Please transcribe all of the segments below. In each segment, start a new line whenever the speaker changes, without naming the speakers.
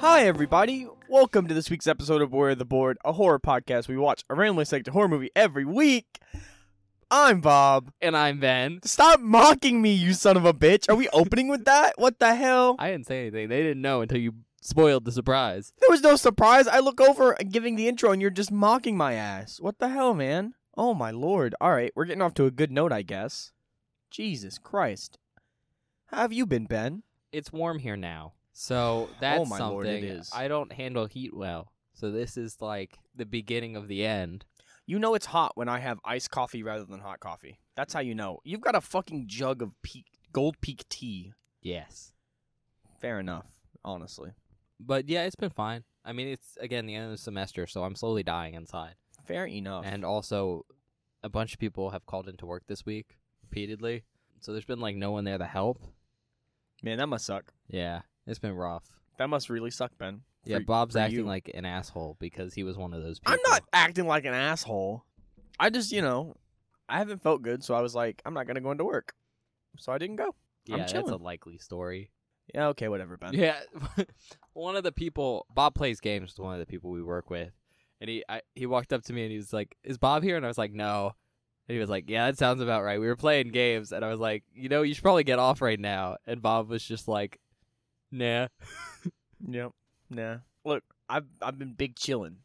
Hi, everybody. Welcome to this week's episode of Where the Board, a horror podcast. We watch a randomly selected horror movie every week. I'm Bob.
And I'm Ben.
Stop mocking me, you son of a bitch. Are we opening with that? What the hell?
I didn't say anything. They didn't know until you spoiled the surprise.
There was no surprise. I look over and giving the intro, and you're just mocking my ass. What the hell, man? Oh my lord! All right, we're getting off to a good note, I guess. Jesus Christ, how have you been, Ben?
It's warm here now. So that's
Oh my
something.
lord, it is.
I don't handle heat well. So this is like the beginning of the end.
You know it's hot when I have iced coffee rather than hot coffee. That's how you know. You've got a fucking jug of peak, Gold Peak tea.
Yes.
Fair enough, honestly.
But yeah, it's been fine. I mean, it's again the end of the semester, so I'm slowly dying inside.
Fair enough.
And also a bunch of people have called into work this week repeatedly. So there's been like no one there to help.
man, that must suck.
Yeah, it's been rough.
That must really suck, Ben.
Yeah,
For-
Bob's
for
acting
you.
like an asshole because he was one of those people.
I'm not acting like an asshole. I just, you know, I haven't felt good, so I was like, I'm not gonna go into work, so I didn't go.
Yeah, that's a
chilling.
likely story.
Yeah, okay, whatever, Ben.
Yeah, one of the people Bob plays games with one of the people we work with, and he I, he walked up to me and he was like, "Is Bob here?" And I was like, "No." And he was like, "Yeah, that sounds about right." We were playing games, and I was like, "You know, you should probably get off right now." And Bob was just like, "Nah."
Yep. Nah. Look, I've I've been big chillin'.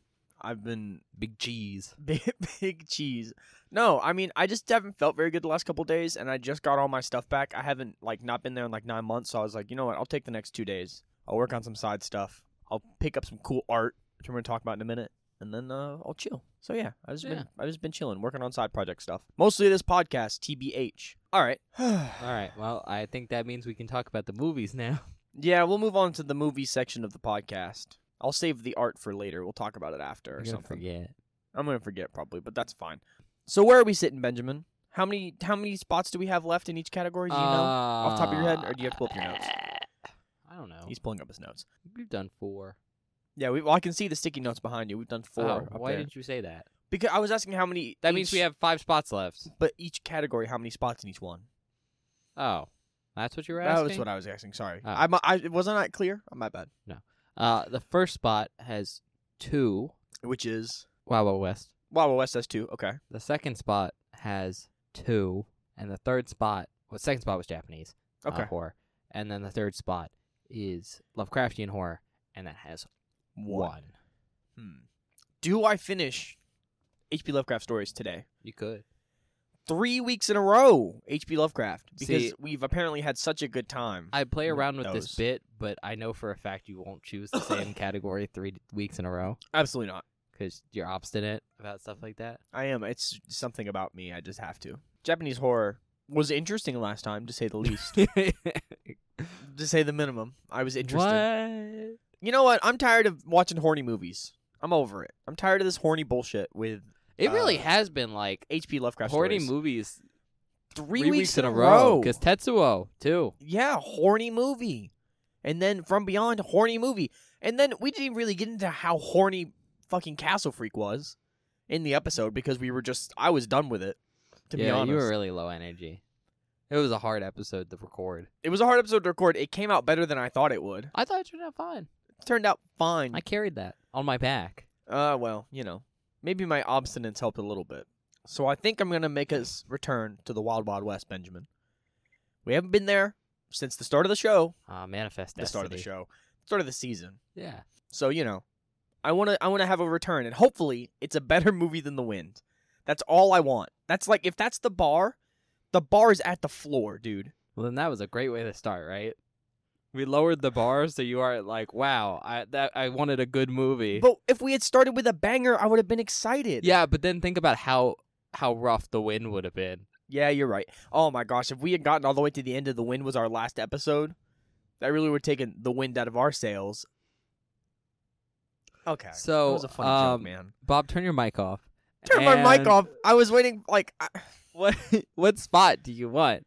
I've been
Big G's.
big, big cheese. No, I mean I just haven't felt very good the last couple days, and I just got all my stuff back. I haven't like not been there in like nine months, so I was like, you know what? I'll take the next two days. I'll work on some side stuff. I'll pick up some cool art, which we're gonna talk about in a minute, and then uh, I'll chill. So yeah, I've just
Yeah.
been I've just been chilling, working on side project stuff, mostly this podcast, TBH. All right.
All right. Well, I think that means we can talk about the movies now.
Yeah, we'll move on to the movie section of the podcast. I'll save the art for later. We'll talk about it after or
I'm gonna
something.
forget.
I'm gonna forget probably, but that's fine. So where are we sitting, Benjamin? How many how many spots do we have left in each category? Do you know?
off
top of your head, or do you have to pull up your notes?
I don't know.
He's pulling up his notes.
We've done four.
Yeah, we, well, I can see the sticky notes behind you. We've done four.
Oh,
up
why
there.
didn't you say that?
Because I was asking how many.
That means we
each-
have five spots left.
But each category, how many spots in each one?
Oh, that's what you were
That
asking.
was what I was asking. Sorry,
Oh.
I'm- I, wasn't that clear. Oh, my bad.
uh, the first spot has two.
Which is
Wild Wild West.
Wild Wild West has two. Okay,
The second spot has two, and the third spot. Well, second spot was Japanese uh,
okay.
horror, and then the third spot is Lovecraftian horror, and that has one.
Hmm. Do I finish H.P. Lovecraft stories today?
You could.
Three weeks in a row, H.P. Lovecraft, because
See-
we've apparently had such a good time.
I play
With
around with this
those.
bit, but I know for a fact you won't choose the same category three d- weeks in a row
Absolutely not.
because you're obstinate about stuff like that.
I am. It's something about me. I just have to. Japanese horror was interesting last time, to say the least. to say the minimum, I was interested.
what?
You know what? I'm tired of watching horny movies. I'm over it. I'm tired of this horny bullshit with
It really
Uh,
has been like
H.P. Lovecraft
horny
stories.
movies
Three,
three weeks in a row. Because Tetsuo too.
yeah, horny movie, and then From Beyond, horny movie, and then we didn't really get into how horny fucking Castle Freak was in the episode because we were just I was done with it. To
yeah,
be honest,
you were really low energy. It was a hard episode to record.
it was a hard episode to record. It came out better than I thought it would.
I thought it turned out fine.
turned out fine.
I carried that on my back.
Uh, well, you know, maybe my obstinance helped a little bit. So I think I'm gonna make us return to the Wild Wild West, Benjamin. We haven't been there since the start of the show.
Uh, manifest
The start of the
Destiny.
show, start of the season.
Yeah,
So you know, I wanna I wanna have a return, and hopefully it's a better movie than The Wind. That's all I want. That's like if that's the bar, the bar is at the floor, dude.
Well, then that was a great way to start, right? We lowered the bar, so you are like, "Wow, I that I wanted a good movie."
But if we had started with a banger, I would have been excited.
yeah, but then think about how how rough the win would have been.
Yeah, you're right. Oh my gosh, if we had gotten all the way to the end of the wind was our last episode, that really would have taken the wind out of our sails. Okay.
So,
that was a funny joke,
um,
man.
Bob, turn your mic off.
Turn my mic
And
off. I was waiting like I,
What what spot do you want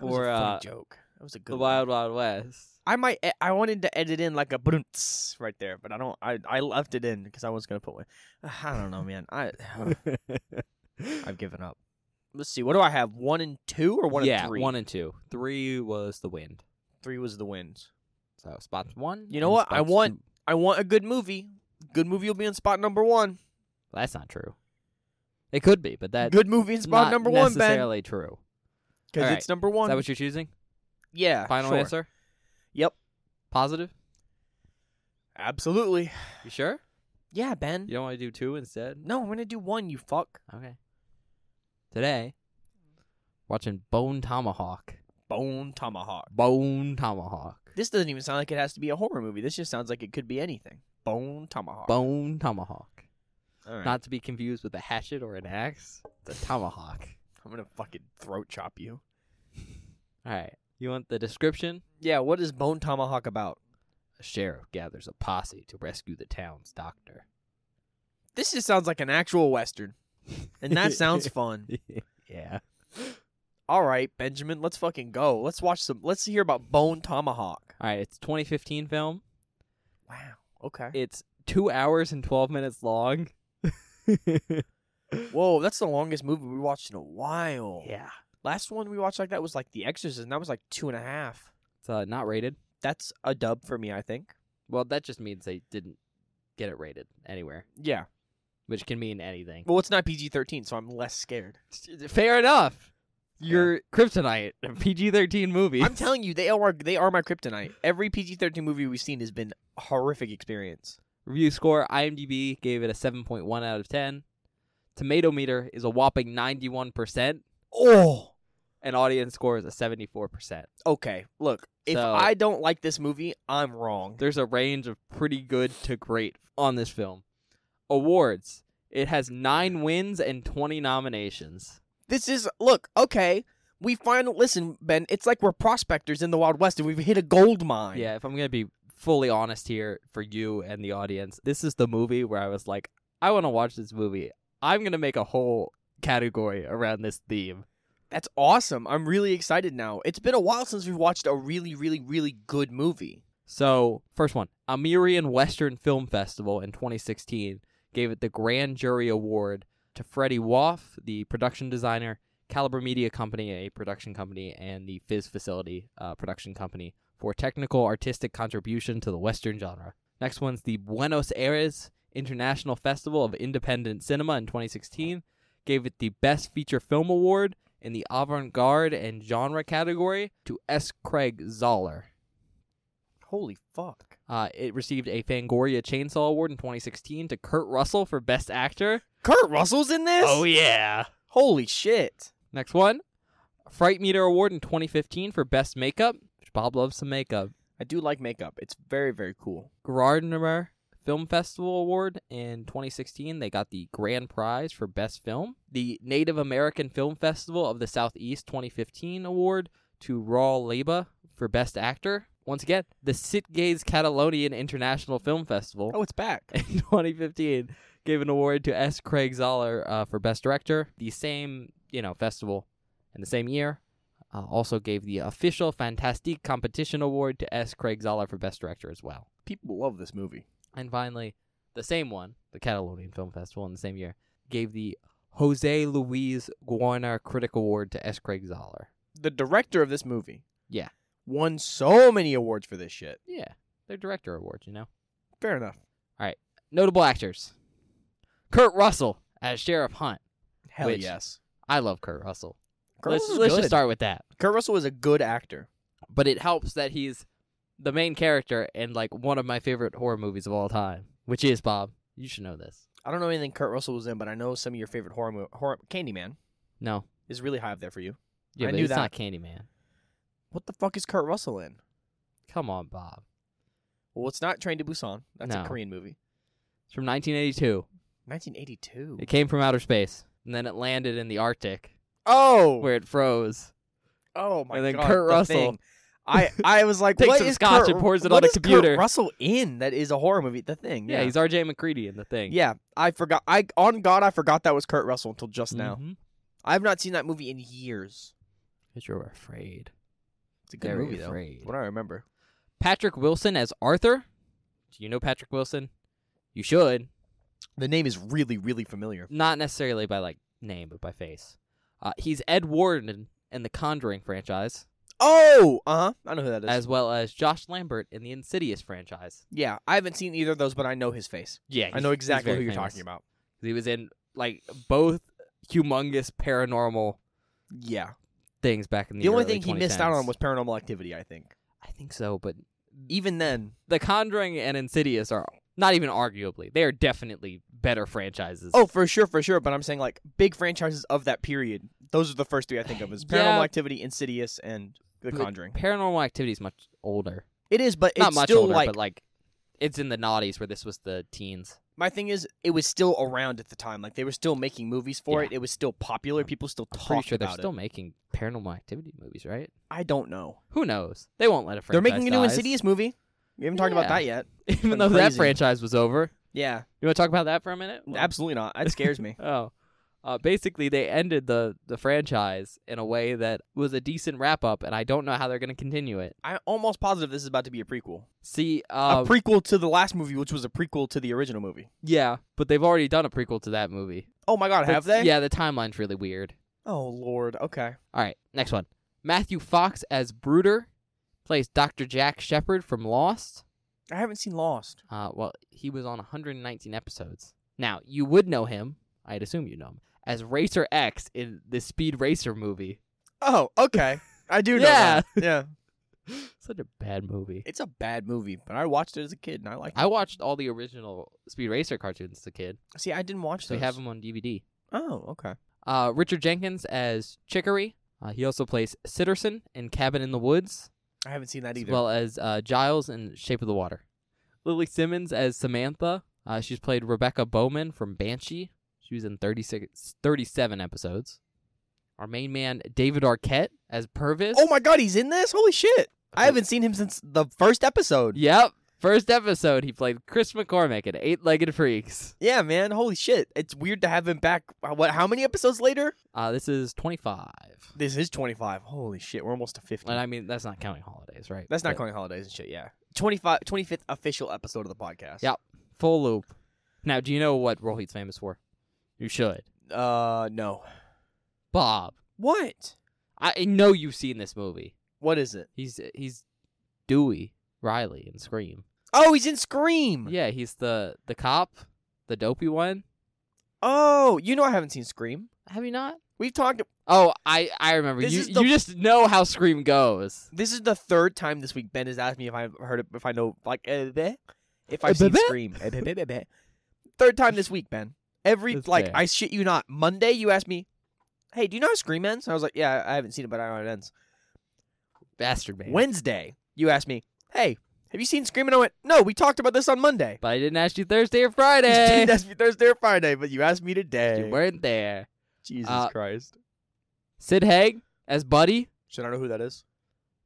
that was a
for
funny
uh,
joke. That was a good
the
one.
Wild Wild West?
I might e- I wanted to edit in like a bruntz right there, but I don't I I left it in cuz I was going to put one. I don't know, man. I I've given up. Let's see. What do I have? 1 and 2 or 1
yeah,
and 3?
one and two. Three was the wind.
3 was the wind.
So spots one.
You know
and
what? I
spots
want-
two.
I want a good movie. Good movie will be in spot number one.
Well, that's not true. It could be, but that's
good movie in spot
not
number one, Ben,
necessarily true.
because
Alright.
it's number one.
Is that what you're choosing?
yeah.
Final
sure.
answer.
Yep.
Positive.
Absolutely.
You sure?
Yeah, Ben.
You don't want to do two instead?
No, I'm gonna do one. You fuck.
Okay. Today, watching Bone Tomahawk.
Bone tomahawk.
Bone Tomahawk.
This doesn't even sound like it has to be a horror movie. This just sounds like it could be anything. Bone tomahawk.
Bone Tomahawk.
All right.
Not to be confused with a hatchet or an axe. It's a tomahawk.
I'm gonna fucking throat chop you.
All right. You want the description?
Yeah. What is bone tomahawk about?
A sheriff gathers a posse to rescue the town's doctor.
This just sounds like an actual western, and that sounds fun.
yeah.
All right, Benjamin, let's fucking go. Let's watch some. Let's hear about Bone Tomahawk.
All right. It's 2015 film.
Wow. Okay.
It's two hours and 12 minutes long.
Whoa, that's the longest movie we watched in a while.
yeah.
Last one we watched like that was like The Exorcist, and that was like two and a half.
It's uh, not rated.
That's a dub for me, I think.
Well, that just means they didn't get it rated anywhere,
Yeah.
which can mean anything.
Well, it's not PG 13, so I'm less scared.
Fair enough. Your kryptonite, PG thirteen movie.
I'm telling you, they are they are my kryptonite. Every PG 13 movie we've seen has been a horrific experience.
Review score: IMDb gave it a seven point one out of ten. Tomato meter is a whopping ninety one percent,
Oh.
and audience score is a seventy four percent.
Okay, look, if
So-
I don't like this movie, I'm wrong.
There's a range of pretty good to great on this film. Awards: It has nine wins and twenty nominations.
This is look, okay. We finally listen, Ben. It's like we're prospectors in the Wild West, and we've hit a gold mine.
Yeah, if I'm gonna be fully honest here for you and the audience, this is the movie where I was like, I want to watch this movie. I'm gonna make a whole category around this theme.
that's awesome. I'm really excited now. It's been a while since we've watched a really, really, really good movie.
So first one, Amirian Western Film Festival in 2016 gave it the Grand Jury Award to Freddie Woff, the production designer, Caliber Media Company, a production company, and the Fizz Facility uh, production company for technical artistic contribution to the Western genre. Next one's the Buenos Aires International Festival of Independent Cinema in 2016 gave it the Best Feature Film Award in the avant-garde and genre category to S. Craig Zoller.
Holy fuck!
Uh, it received a Fangoria Chainsaw Award in 2016 to Kurt Russell for Best Actor.
Kurt Russell's in this.
yeah.
Holy shit!
Next one, Fright Meter Award in 2015 for Best Makeup. Which Bob loves some makeup.
I do like makeup. It's very, very cool.
Gardner Film Festival Award in 2016. They got the grand prize for Best Film. The Native American Film Festival of the Southeast 2015 award to Raul Leba for Best Actor. Once again, the Sitges Catalonian International Film Festival.
Oh, it's back.
in 2015 gave an award to S. Craig Zoller uh, for Best Director. The same, you know, festival in the same year uh, also gave the official Fantastique Competition Award to S. Craig Zoller for Best Director as well.
People love this movie.
And finally, the same one, the Catalonian Film Festival in the same year, gave the Jose Luis Guarner Critic Award to S. Craig Zoller.
The director of this movie,
Yeah.
won so many awards for this shit.
Yeah, their director award, you know.
Fair enough.
Notable actors: Kurt Russell as Sheriff Hunt.
Hell
Which-
yes.
I love Kurt Russell.
Kurt
let's
Russell's
let's
good.
just start with that.
Kurt Russell is a good actor.
but it helps that he's the main character in like one of my favorite horror movies of all time, which is Bob. You should know this.
I don't know anything Kurt Russell was in, but I know some of your favorite horror mo- horror Candyman
No,
is really high up there for you.
yeah,
I
but
knew
it's
that.
not Candyman.
What the fuck is Kurt Russell in?
Come on, Bob.
Well, it's not Train to Busan. That's a
No.
Korean movie.
It's from 1982.
1982.
It came from outer space, and then it landed in the Arctic
Oh,
where it froze.
oh my
and then
god.
Kurt
the
Russell.
thing. I I was like,
Takes
what
some
is
scotch
Kurt,
and pours it
what
on a
is Kurt
computer.
Russell in that is a horror movie. The thing.
Yeah,
Yeah,
he's R.J. McCready in the thing.
yeah. I forgot. I on God, I forgot that was Kurt Russell until just now.
Mhm.
I have not seen that movie in years.
'Cause you were afraid.
It's a good
Very
movie though.
afraid.
What I remember.
Patrick Wilson as Arthur. Do you know Patrick Wilson? You should.
The name is really, really familiar.
not necessarily by like name, but by face. Uh, he's Ed Warden in the Conjuring franchise.
Oh, uh huh. I know who that is.
as well as Josh Lambert in the Insidious franchise.
yeah, I haven't seen either of those, but I know his face.
Yeah,
I know exactly who you're talking about.
He was in like both humongous paranormal
Yeah.
things back in the.
The only
early
thing he missed out
2010s.
on was Paranormal Activity, I think.
I think so, but
Even then.
The Conjuring and Insidious are not even arguably; they are definitely better franchises.
Oh, for sure, for sure. But I'm saying like big franchises of that period. Those are the first three I think of: is Paranormal
Yeah.
Activity, Insidious, and The
But
Conjuring.
Paranormal Activity is much older.
It is, but
not
it's
much
still
older,
like
but like it's in the noughties where this was the teens.
my thing is it was still around at the time. Like they were still making movies for
Yeah.
it. It was still popular. People still
I'm
talked
pretty sure they're
about
still
it.
making Paranormal Activity movies, right?
I don't know.
Who knows? They won't let it.
They're making a new Insidious movie. We haven't talked about
Yeah.
that yet.
even
been
though that
crazy.
franchise was over.
Yeah,
You want to talk about that for a minute? Well,
absolutely not. That scares me.
Oh. Uh, basically, they ended the, the franchise in a way that was a decent wrap up, and I don't know how they're going to continue it.
I'm almost positive this is about to be a prequel.
See, uh,
a prequel to the last movie, which was a prequel to the original movie.
yeah, but they've already done a prequel to that movie.
Oh my god, have
That's-
they?
Yeah, the timeline's really weird.
Oh lord. Okay.
All right, next one. Matthew Fox as Bruder plays Dr. Jack Shepard from Lost.
I haven't seen Lost.
Uh, well, he was on 119 episodes. Now, you would know him, I'd assume you know him, as Racer X in the Speed Racer movie.
Oh, okay. I do know
Yeah.
that. Yeah.
Such a bad movie.
It's a bad movie, but I watched it as a kid and I liked it.
I watched all the original Speed Racer cartoons as a kid.
See, I didn't watch
So we
those.
have them on DVD.
Oh, okay.
Uh, Richard Jenkins as Chicory. Uh, he also plays Sitterson in Cabin in the Woods,
I haven't seen that
as
either.
well as uh, Giles in Shape of the Water. Lily Simmons as Samantha. Uh, she's played Rebecca Bowman from Banshee. She was in 36, 37 episodes. Our main man, David Arquette, as Purvis.
oh my god, he's in this? Holy shit. I haven't seen him since the first episode. Yeah,
Yep. First episode, he played Chris McCormick in Eight Legged Freaks.
man. Holy shit. It's weird to have him back. uh, What? How many episodes later?
Uh, this is 25.
This is 25. Holy shit. We're almost to 50.
And I mean, that's not counting holidays, right?
That's not
But
counting holidays and shit, yeah. 25, 25th official episode of the podcast.
Yep. Full loop. Now, do you know what role he's famous for? You should.
Uh, no.
Bob.
What?
I I know you've seen this movie.
What is it?
He's he's Dewey Riley in Scream.
Oh, he's in Scream.
Yeah, he's the the cop, the dopey one.
Oh, you know I haven't seen Scream.
Have you not?
We've talked.
Oh, I I remember.
This
you
is the-
you just know how Scream goes.
This is the third time this week Ben has asked me if I've heard it, if I know like eh, bleh, if I've
Eh,
seen
bleh, bleh?
Scream. Eh, bleh, bleh, bleh, bleh. Third time this week, Ben. Every
That's
like
fair.
I shit you not. Monday you asked me, "Hey, do you know how Scream ends?" And I was like, "Yeah, I haven't seen it, but I know how it ends."
Bastard man.
Wednesday you asked me, "Hey, have you seen Scream?" And I went, "No, we talked about this on Monday."
But I didn't ask you Thursday or
You
Friday.
didn't ask me Thursday or Friday, but you asked me
you
today.
weren't there.
Jesus
Uh,
Christ!
Sid Haig as Buddy.
Should I know who that is?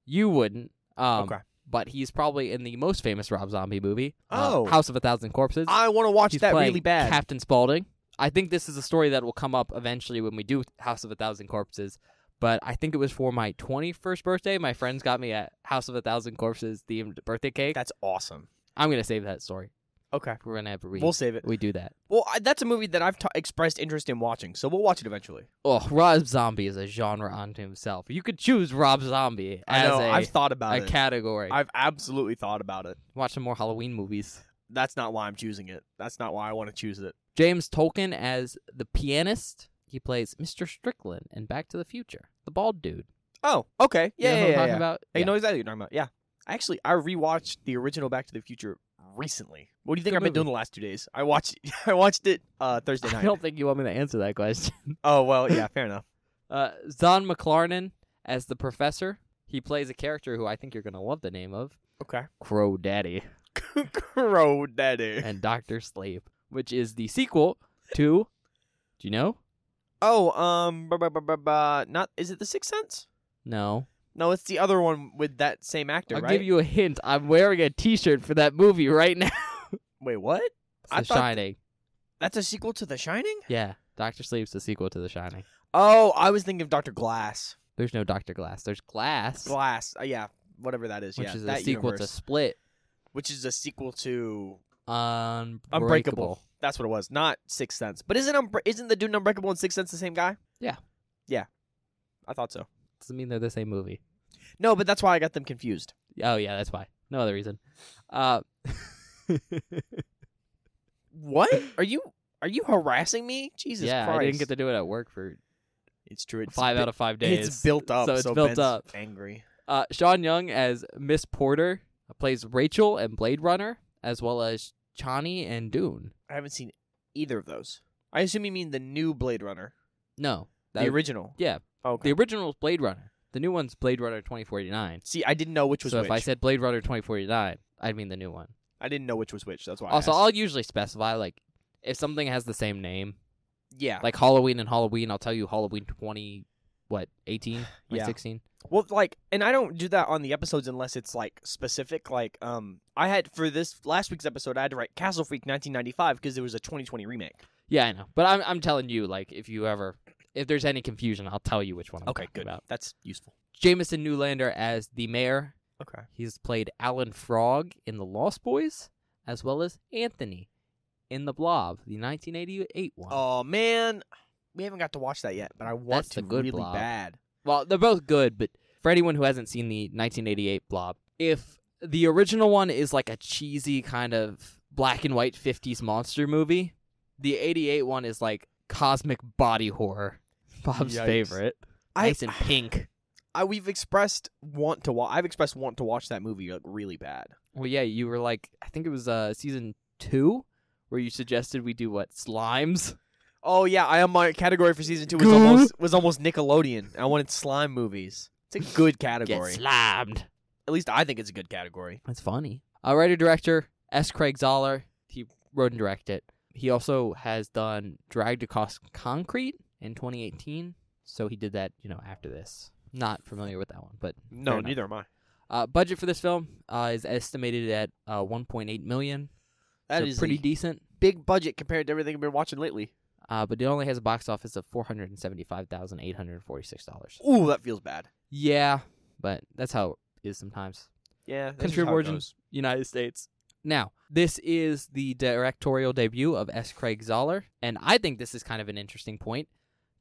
You wouldn't. Um,
Okay.
But he's probably in the most famous Rob Zombie movie, uh,
Oh.
House of a Thousand Corpses.
I want to watch
he's
that
playing
really bad.
Captain Spaulding. I think this is a story that will come up eventually when we do House of a Thousand Corpses. But I think it was for my 21st birthday. My friends got me a House of a Thousand Corpses themed birthday cake.
That's awesome.
I'm gonna save that story.
Okay,
We're gonna have a re-
we'll save it.
we do that.
Well, I, that's a movie that I've t- expressed interest in watching, so we'll watch it eventually.
Oh, Rob Zombie is a genre unto himself. You could choose Rob Zombie
I
as
know.
a,
I've thought about
a
it.
category.
I've absolutely thought about it.
Watch some more Halloween movies.
That's not why I'm choosing it. That's not why I want to choose it.
James Tolkien as the pianist. He plays Mr. Strickland in Back to the Future, the bald dude.
Oh, okay.
You
Yeah,
know who
yeah,
I'm
yeah.
talking
yeah.
about?
I
Yeah.
know exactly what you're talking about. Yeah. Actually, I rewatched the original Back to the Future recently. What do you think
Good
I've been
movie.
doing the last two days? I watched I watched it uh, Thursday
I
night.
don't think you want me to answer that question.
Oh well, yeah, fair enough.
Uh, Zon McLarnon as the professor. He plays a character who I think you're gonna love the name of
Okay.
Crow Daddy
Crow Daddy.
and Doctor Sleep, which is the sequel to. Do you know?
Oh, um, bu- bu- bu- bu- bu- not is it The Sixth Sense?
No.
No, it's the other one with that same actor,
I'll
right?
give you a hint. I'm wearing a T-shirt for that movie right now.
Wait, what?
It's
I
the
thought-
Shining.
That's a sequel to The Shining?
Yeah, Doctor Sleep's the sequel to The Shining.
Oh, I was thinking of Dr. Glass.
There's no Doctor Glass. There's Glass,
Glass. Uh, yeah, whatever that is.
which
yeah,
is a
that
sequel to
universe.
Split.
Which is a sequel to
Unbreakable.
Unbreakable. That's what it was. Not Sixth Sense. But isn't Unbre- isn't the dude in Unbreakable and Sixth Sense the same guy?
Yeah.
Yeah. I thought so.
Doesn't mean they're the same movie.
No, but that's why I got them confused.
Oh yeah, that's why. No other reason. Uh,
What? Are you are you harassing me? Jesus
yeah,
Christ.
I didn't get to do it at work for
It's true. It's
five
bu-
out of five days.
It's built up.
so it's built
Ben's
up.
Angry.
Uh, Sean Young as Miss Porter plays Rachel and Blade Runner, as well as Chani and Dune.
I haven't seen either of those. I assume you mean the new Blade Runner,
No,
the
that-
original. Oh,
yeah,
Okay.
the original's Blade Runner. The new one's Blade Runner 2049.
See, I didn't know which was
so
which.
if I said Blade Runner 2049, I'd mean the new one.
I didn't know which was which. That's why.
also,
I asked.
I'll usually specify like if something has the same name,
yeah.
like Halloween and Halloween. I'll tell you Halloween 20, what 18, like
Yeah.
16.
Well, like, and I don't do that on the episodes unless it's like specific. Like, um, I had for this last week's episode, I had to write Castle Freak 1995 because there was a 2020 remake.
Yeah, I know. But I'm I'm telling you, like if you ever if there's any confusion, I'll tell you which one. I'm
Okay,
talking
good.
About.
That's useful.
Jameson Newlander as the mayor
Okay.
He's played Alan Frog in The Lost Boys, as well as Anthony in The Blob, the 1988 one.
Oh man, we haven't got to watch that yet, but I want
That's
to
the good
really
blob.
bad.
Well, they're both good, but for anyone who hasn't seen the 1988 Blob, if the original one is like a cheesy kind of black and white 50s monster movie, the 88 one is like cosmic body horror. Bob's
Yikes.
favorite. Nice and pink.
I we've expressed want to watch. I've expressed want to watch that movie like really bad.
Well, yeah, you were like, I think it was uh, season two where you suggested we do what? Slimes?
Oh yeah, I am my category for season two was
Good.
almost was almost Nickelodeon. I wanted slime movies. It's a good category.
Get slammed.
At least I think it's a good category.
That's funny. Uh, writer director S. Craig Zoller. He wrote and directed. He also has done Dragged Across Concrete in 2018. So he did that, you know, after this. Not familiar with that one, but
No,
Fair enough.
neither am I.
uh, budget for this film uh, is estimated at uh, 1.8 million.
That
so
is
pretty
pretty
decent.
big budget compared to everything I've been watching lately.
Uh, but it only has a box office of 475,846 dollars.
Ooh, that feels bad.
Yeah, but that's how it is sometimes.
Yeah,
Country of origin. United States. Now, this is the directorial debut of S. Craig Zoller, and I think this is kind of an interesting point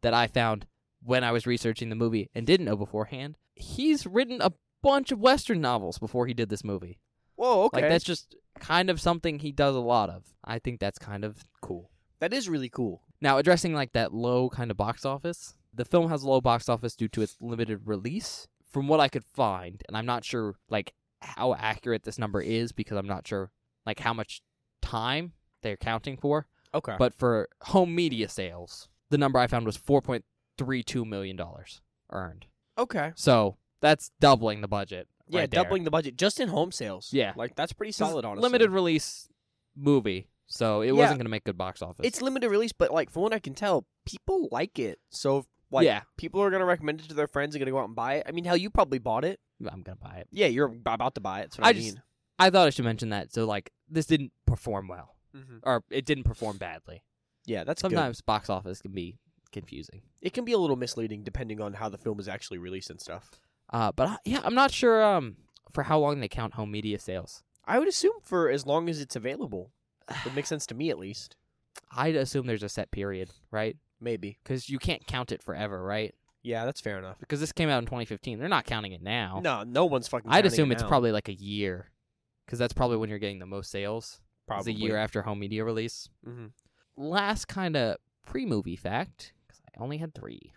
that I found when I was researching the movie and didn't know beforehand. He's written a bunch of Western novels before he did this movie.
Whoa, okay,
Like, that's just kind of something he does a lot of. I think that's kind of cool.
that is really cool.
Now, addressing like that low kind of box office, the film has a low box office due to its limited release. From what I could find, and I'm not sure like how accurate this number is because I'm not sure like how much time they're counting for.
Okay,
But for home media sales, the number I found was 4.32 million dollars earned.
okay,
So that's doubling the budget.
yeah,
right there.
doubling the budget just in home sales.
Yeah.
like that's pretty
This is
solid. Honestly,
Limited release movie, so it
Yeah.
wasn't going to make good box office.
It's limited release, but like from what I can tell, people like it. So like,
yeah,
people are gonna recommend it to their friends and gonna go out and buy it. I mean, hell, you probably bought it.
I'm gonna buy it.
Yeah, you're ab- about to buy it. That's what I,
I
mean.
just- I thought I should mention that. So like this didn't perform well,
Mm-hmm.
or it didn't perform badly.
Yeah, that's sometimes
Sometimes box office can be confusing.
it can be a little misleading depending on how the film is actually released and stuff.
Uh, but I, yeah, I'm not sure um for how long they count home media sales.
I would assume for as long as it's available, it makes sense to me at least.
I'd assume there's a set period, right?
Maybe.
Because you can't count it forever, right?
Yeah, that's fair enough.
Because this came out in 2015. They're not counting it now.
No, no one's fucking.
I'd
counting
assume
it
it's
now,
probably like a year, because that's probably when you're getting the most sales. It's
probably
a year after home media release.
Mhm.
last kind of pre-movie fact, 'cause I only had three.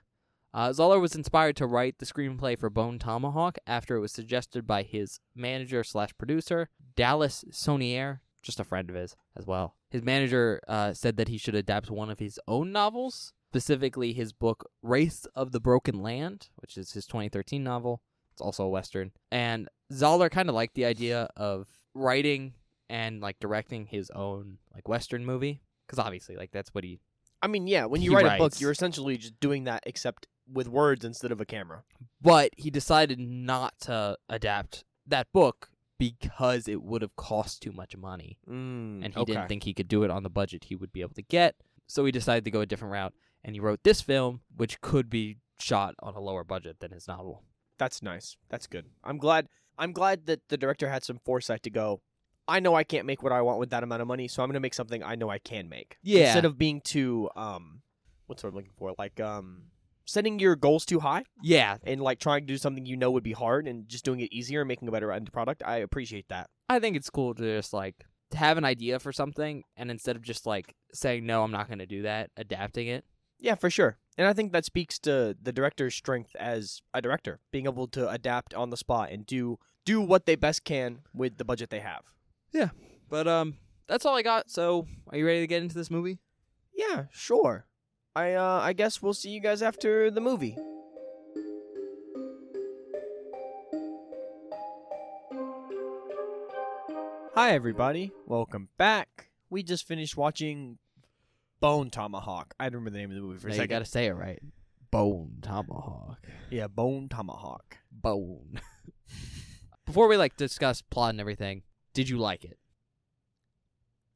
Uh, Zoller was inspired to write the screenplay for Bone Tomahawk after it was suggested by his manager slash producer Dallas Sonier, just a friend of his as well. His manager uh, said that he should adapt one of his own novels, specifically his book Race of the Broken Land, which is his 2013 novel. It's also a western, and Zoller kind of liked the idea of writing and like directing his own like western movie because obviously like that's what he
I mean, yeah, when you
He
write a book,
writes.
you're essentially just doing that, except with words instead of a camera.
but he decided not to adapt that book because it would have cost too much money
Mm,
and he didn't think he could do it on the budget he would be able to get so he decided to go a different route and he wrote this film which could be shot on a lower budget than his novel
That's nice. That's good. I'm glad. I'm glad that the director had some foresight to go. I know I can't make what I want with that amount of money, so I'm gonna make something I know I can make.
Yeah.
Instead of being too um, what's what I'm looking for? Like um, setting your goals too high
Yeah,
and like trying to do something you know would be hard and just doing it easier and making a better end product. I appreciate that.
I think it's cool to just like to have an idea for something and instead of just like saying no, I'm not going to do that, adapting it.
Yeah, for sure. And I think that speaks to the director's strength as a director, being able to adapt on the spot and do do what they best can with the budget they have.
But um that's all I got. So, are you ready to get into this movie?
Yeah, sure. I uh I guess we'll see you guys after the movie. Hi everybody. Welcome back. We just finished watching Bone Tomahawk. I don't remember the name of the movie for a
Now you
second.
got to say it right. Bone tomahawk.
Yeah, Bone Tomahawk.
Bone. Before we like discuss plot and everything, did you like it?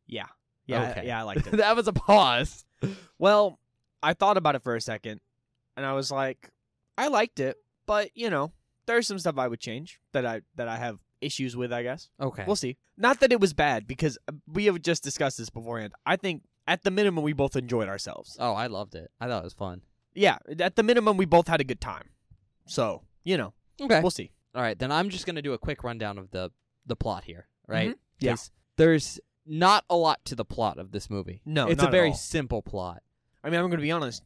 Yeah. Yeah, I-
Okay.
yeah, I liked it.
that was a pause.
Well, I thought about it for a second, and I was like, I liked it, but you know, there's some stuff I would change that I that I have issues with. I guess
Okay.
we'll see. Not that it was bad, because uh, we have just discussed this beforehand. I think at the minimum we both enjoyed ourselves.
oh, I loved it. I thought it was fun.
Yeah, at the minimum we both had a good time. So you know,
Okay.
we'll see.
All right, then I'm just gonna do a quick rundown of the the plot here, right?
Mhm. Yeah.
'Cause There's not a lot to the plot of this movie.
No,
it's
not
a
at
very
all.
simple plot.
I mean, I'm going to be honest.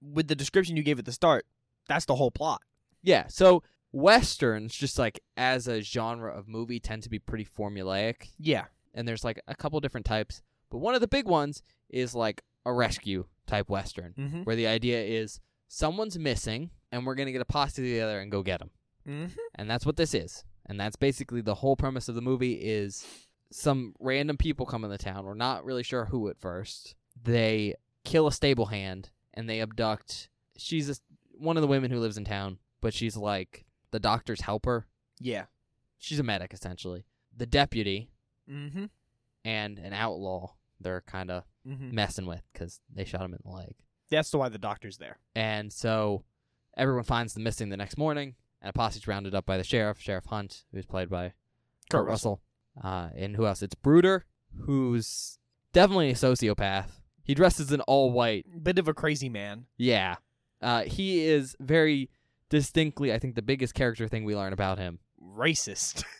With the description you gave at the start, that's the whole plot.
Yeah. So westerns, just like as a genre of movie, tend to be pretty formulaic,
Yeah.
and there's like a couple different types, but one of the big ones is like a rescue type western,
Mm-hmm.
where the idea is someone's missing, and we're gonna get a posse together and go get them.
Mm-hmm.
and that's what this is and that's basically the whole premise of the movie is some random people come in the town we're not really sure who at first they kill a stable hand and they abduct she's a, one of the women who lives in town but she's like the doctor's helper
Yeah.
she's a medic essentially the deputy
Mm-hmm.
and an outlaw they're kind of
Mm-hmm.
messing with because they shot him in the leg
That's the why the doctor's there.
And so everyone finds the missing the next morning, and a posse's rounded up by the sheriff, Sheriff Hunt, who's played by Kurt, Russell. Uh, and who else? It's Bruder, who's definitely a sociopath. He dresses in all white.
Bit of a crazy man.
Yeah. Uh, he is very distinctly, I think, the biggest character thing we learn about him.
Racist.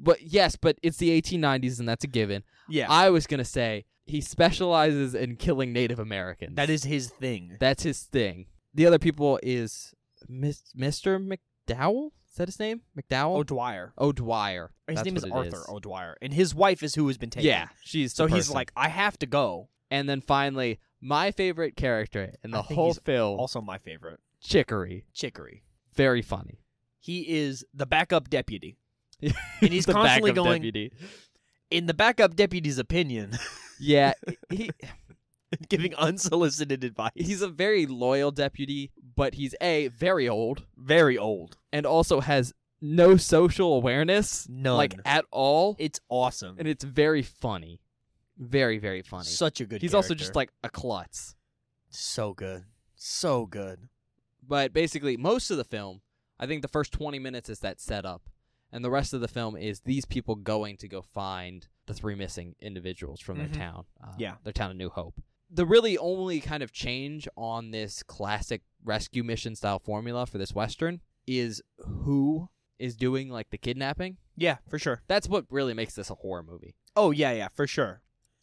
But yes, but it's the 1890s, and that's a given.
yeah.
I was going to say he specializes in killing Native Americans.
that is his thing.
That's his thing. The other people is Mis- Mr. McDowell. Is that his name? McDowell.
O'Dwyer.
O'Dwyer.
His
That's
name is
what it
Arthur O'Dwyer. And his wife is who has been taken.
Yeah, she's
So
the
he's
person.
like, I have to go.
and then finally, my favorite character in
I
the
think
whole
he's
film,
Also my favorite.
Chicory.
Chicory.
Very funny.
He is the backup deputy. And he's
The
constantly
backup
going
deputy.
in the backup deputy's opinion,
Yeah, he
giving unsolicited advice.
he's a very loyal deputy, but he's a very old
very old.
and also has no social awareness,
None.
like at all,
it's awesome.
and it's very funny. Very very funny.
Such a good
he's also just
character.
like a klutz.
so good. So good.
But basically, most of the film, I think the first 20 minutes is that setup, and the rest of the film is these people going to go find the three missing individuals
Mhm.
from their town. Uh,
Yeah.
Their town of New Hope. The really only kind of change on this classic rescue mission style formula for this Western is who is doing like the kidnapping.
Yeah, for sure.
That's what really makes this a horror movie.
Oh yeah, yeah, for sure.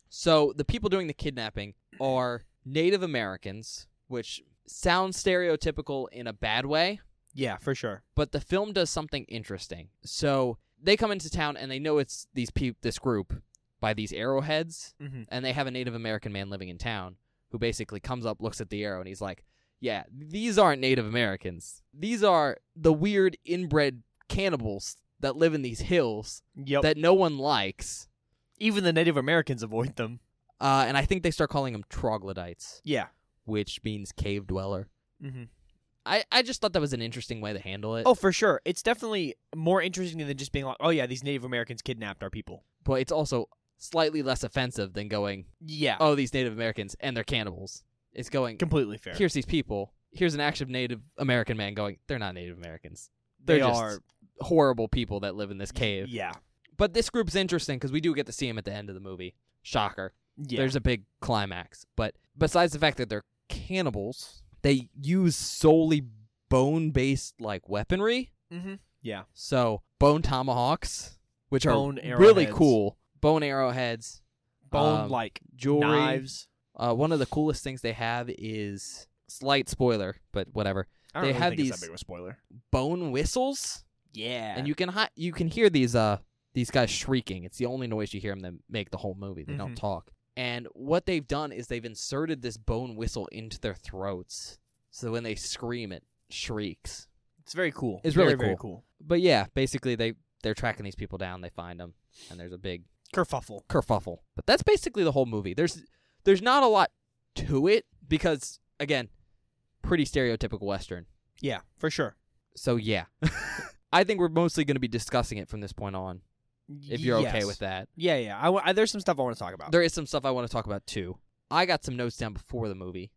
So the people doing the kidnapping are Native Americans, which sounds stereotypical in a bad way,
Yeah, for sure.
but the film does something interesting. So they come into town and they know it's these peop this group by these arrowheads,
Mm-hmm.
and they have a Native American man living in town who basically comes up, looks at the arrow, and he's like, "Yeah, these aren't Native Americans. These are the weird inbred cannibals that live in these hills
Yep.
that no one likes."
Even the Native Americans avoid them.
Uh, and I think they start calling them troglodytes.
Yeah.
which means cave dweller.
Mm-hmm.
I, I just thought that was an interesting way to handle it.
Oh, for sure. It's definitely more interesting than just being like, oh yeah, these Native Americans kidnapped our people.
But it's also slightly less offensive than going,
Yeah.
oh, these Native Americans and they're cannibals. It's going,
completely fair.
here's these people. Here's an active Native American man going, they're not Native Americans.
they
they're just
are.
Horrible people that live in this cave.
Yeah.
But this group's interesting because we do get to see them at the end of the movie. Shocker.
Yeah.
There's a big climax. But besides the fact that they're cannibals, they use solely bone based like weaponry.
Mm-hmm. Yeah.
So bone tomahawks, which
Bone
are really
arrowheads.
cool. Bone arrowheads,
Bone
Um,
like
jewelry.
knives.
Uh, one of the coolest things they have is slight spoiler, but whatever.
I
they
don't really
have
think it's
these-
that big of a spoiler.
Bone whistles,
Yeah.
and you can hi- you can hear these uh these guys shrieking. It's the only noise you hear them that make the whole movie. They don't
Mhm.
talk. And what they've done is they've inserted this bone whistle into their throats, so when they scream, it shrieks.
it's very cool.
It's really
very, very cool.
but yeah, basically they they're tracking these people down. They find them, and there's a big
Kerfuffle.
kerfuffle. But that's basically the whole movie. There's there's not a lot to it because again, pretty stereotypical western.
Yeah, for sure.
So yeah, I think we're mostly going to be discussing it from this point on. If you're okay
Yes. Uh,
with that,
Yeah, yeah. I, wa- I- there's some stuff I want to talk about.
there is some stuff I want to talk about too. I got some notes down before the movie.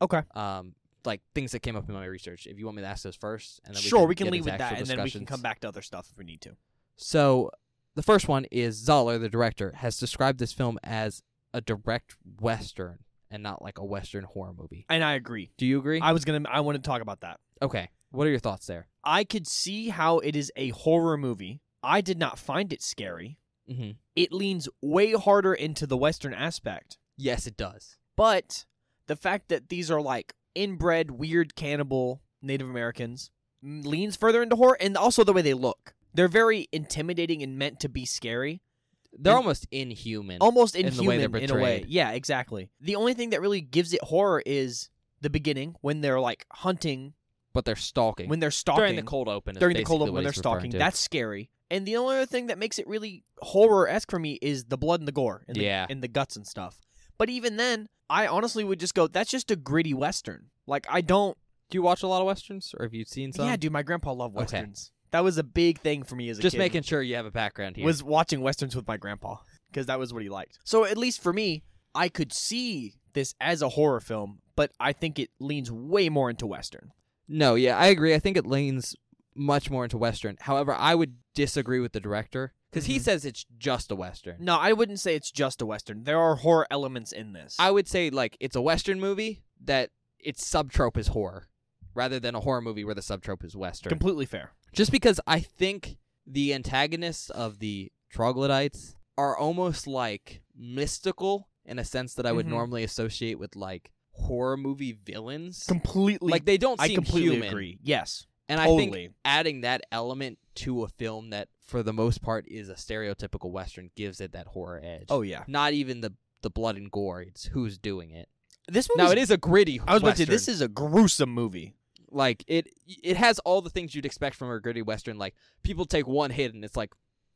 Okay.
Um, like things that came up in my research. If you want me to ask those first, and then
sure,
we
we can
get
leave
into
with that,
actual
and then we can
discussions.
come back to other stuff if we need to.
So the first one is Zoller, the director, has described this film as a direct western and not like a western horror movie.
And I agree.
Do you agree?
I was gonna. I want to talk about that.
okay. What are your thoughts there?
I could see how it is a horror movie. I did not find it scary.
Mm-hmm.
It leans way harder into the western aspect,
Yes, it does.
but the fact that these are like inbred, weird cannibal Native Americans mm, leans further into horror, and also the way they look. They're very intimidating and meant to be scary.
They're
In-
almost inhuman.
almost
in the way
inhuman
they're
in a way.
portrayed.
Yeah, exactly. The only thing that really gives it horror is the beginning when they're like hunting,
but they're stalking.
when they're stalking
During the cold open. is
during the
basically
cold open
what
when they're
he's referring
stalking.
to.
That's scary. And the only other thing that makes it really horror esque for me is the blood and the gore and the,
Yeah.
and the guts and stuff. But even then, I honestly would just go, that's just a gritty western. Like I don't.
Do you watch a lot of westerns, or have you seen some?
Yeah, dude, my grandpa loved
Okay.
westerns. That was a big thing for me as a
Just
kid.
making sure you have a background here.
was watching westerns with my grandpa because that was what he liked. So at least for me, I could see this as a horror film, but I think it leans way more into western.
No, yeah, I agree. I think it leans much more into western. However, I would disagree with the director because he
Mhm.
says it's just a western.
No, I wouldn't say it's just a western. There are horror elements in this.
I would say like it's a western movie that its subtrope is horror, rather than a horror movie where the subtrope is western.
completely fair.
Just because I think the antagonists of the troglodytes are almost like mystical in a sense that I would
Mhm.
normally associate with like horror movie villains.
Completely.
Like they don't
I
seem
completely
human,
agree. Yes,
and I think
totally.
adding that element to a film that, for the most part, is a stereotypical western gives it that horror edge.
oh yeah,
not even the the blood and gore; it's who's doing it.
this
Now
movie.
it is a gritty.
I was about to. say,
western.
This is a gruesome movie.
like it. It has all the things you'd expect from a gritty western. Like people take one hit and it's like,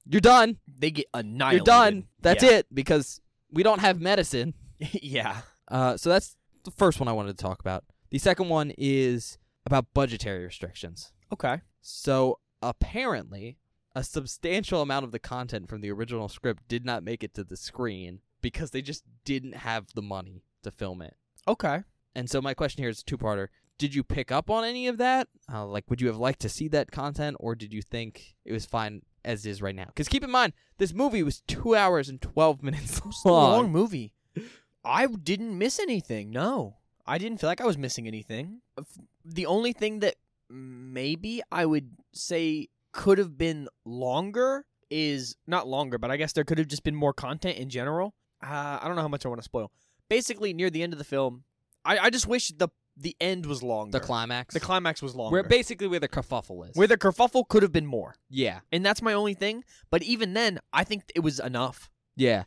you're done.
They get annihilated.
You're done. That's it because we don't have medicine.
it. yeah.
Uh, so that's the first one I wanted to talk about. The second one is about budgetary restrictions.
Okay.
So apparently, a substantial amount of the content from the original script did not make it to the screen because they just didn't have the money to film it.
Okay.
And so my question here is a two-parter. Did you pick up on any of that? Uh, like, would you have liked to see that content, or did you think it was fine as is right now? Because keep in mind, this movie was two hours and twelve minutes
It's a
long.
long movie. I didn't miss anything. No, I didn't feel like I was missing anything. F- The only thing that maybe I would say could have been longer is not longer, but I guess there could have just been more content in general. Uh, I don't know how much I want to spoil. Basically, near the end of the film, I, I just wish the the end was longer.
The climax.
The climax was longer.
Where basically where the kerfuffle is.
where the kerfuffle could have been more,
yeah.
and that's my only thing. But even then, I think it was enough.
Yeah.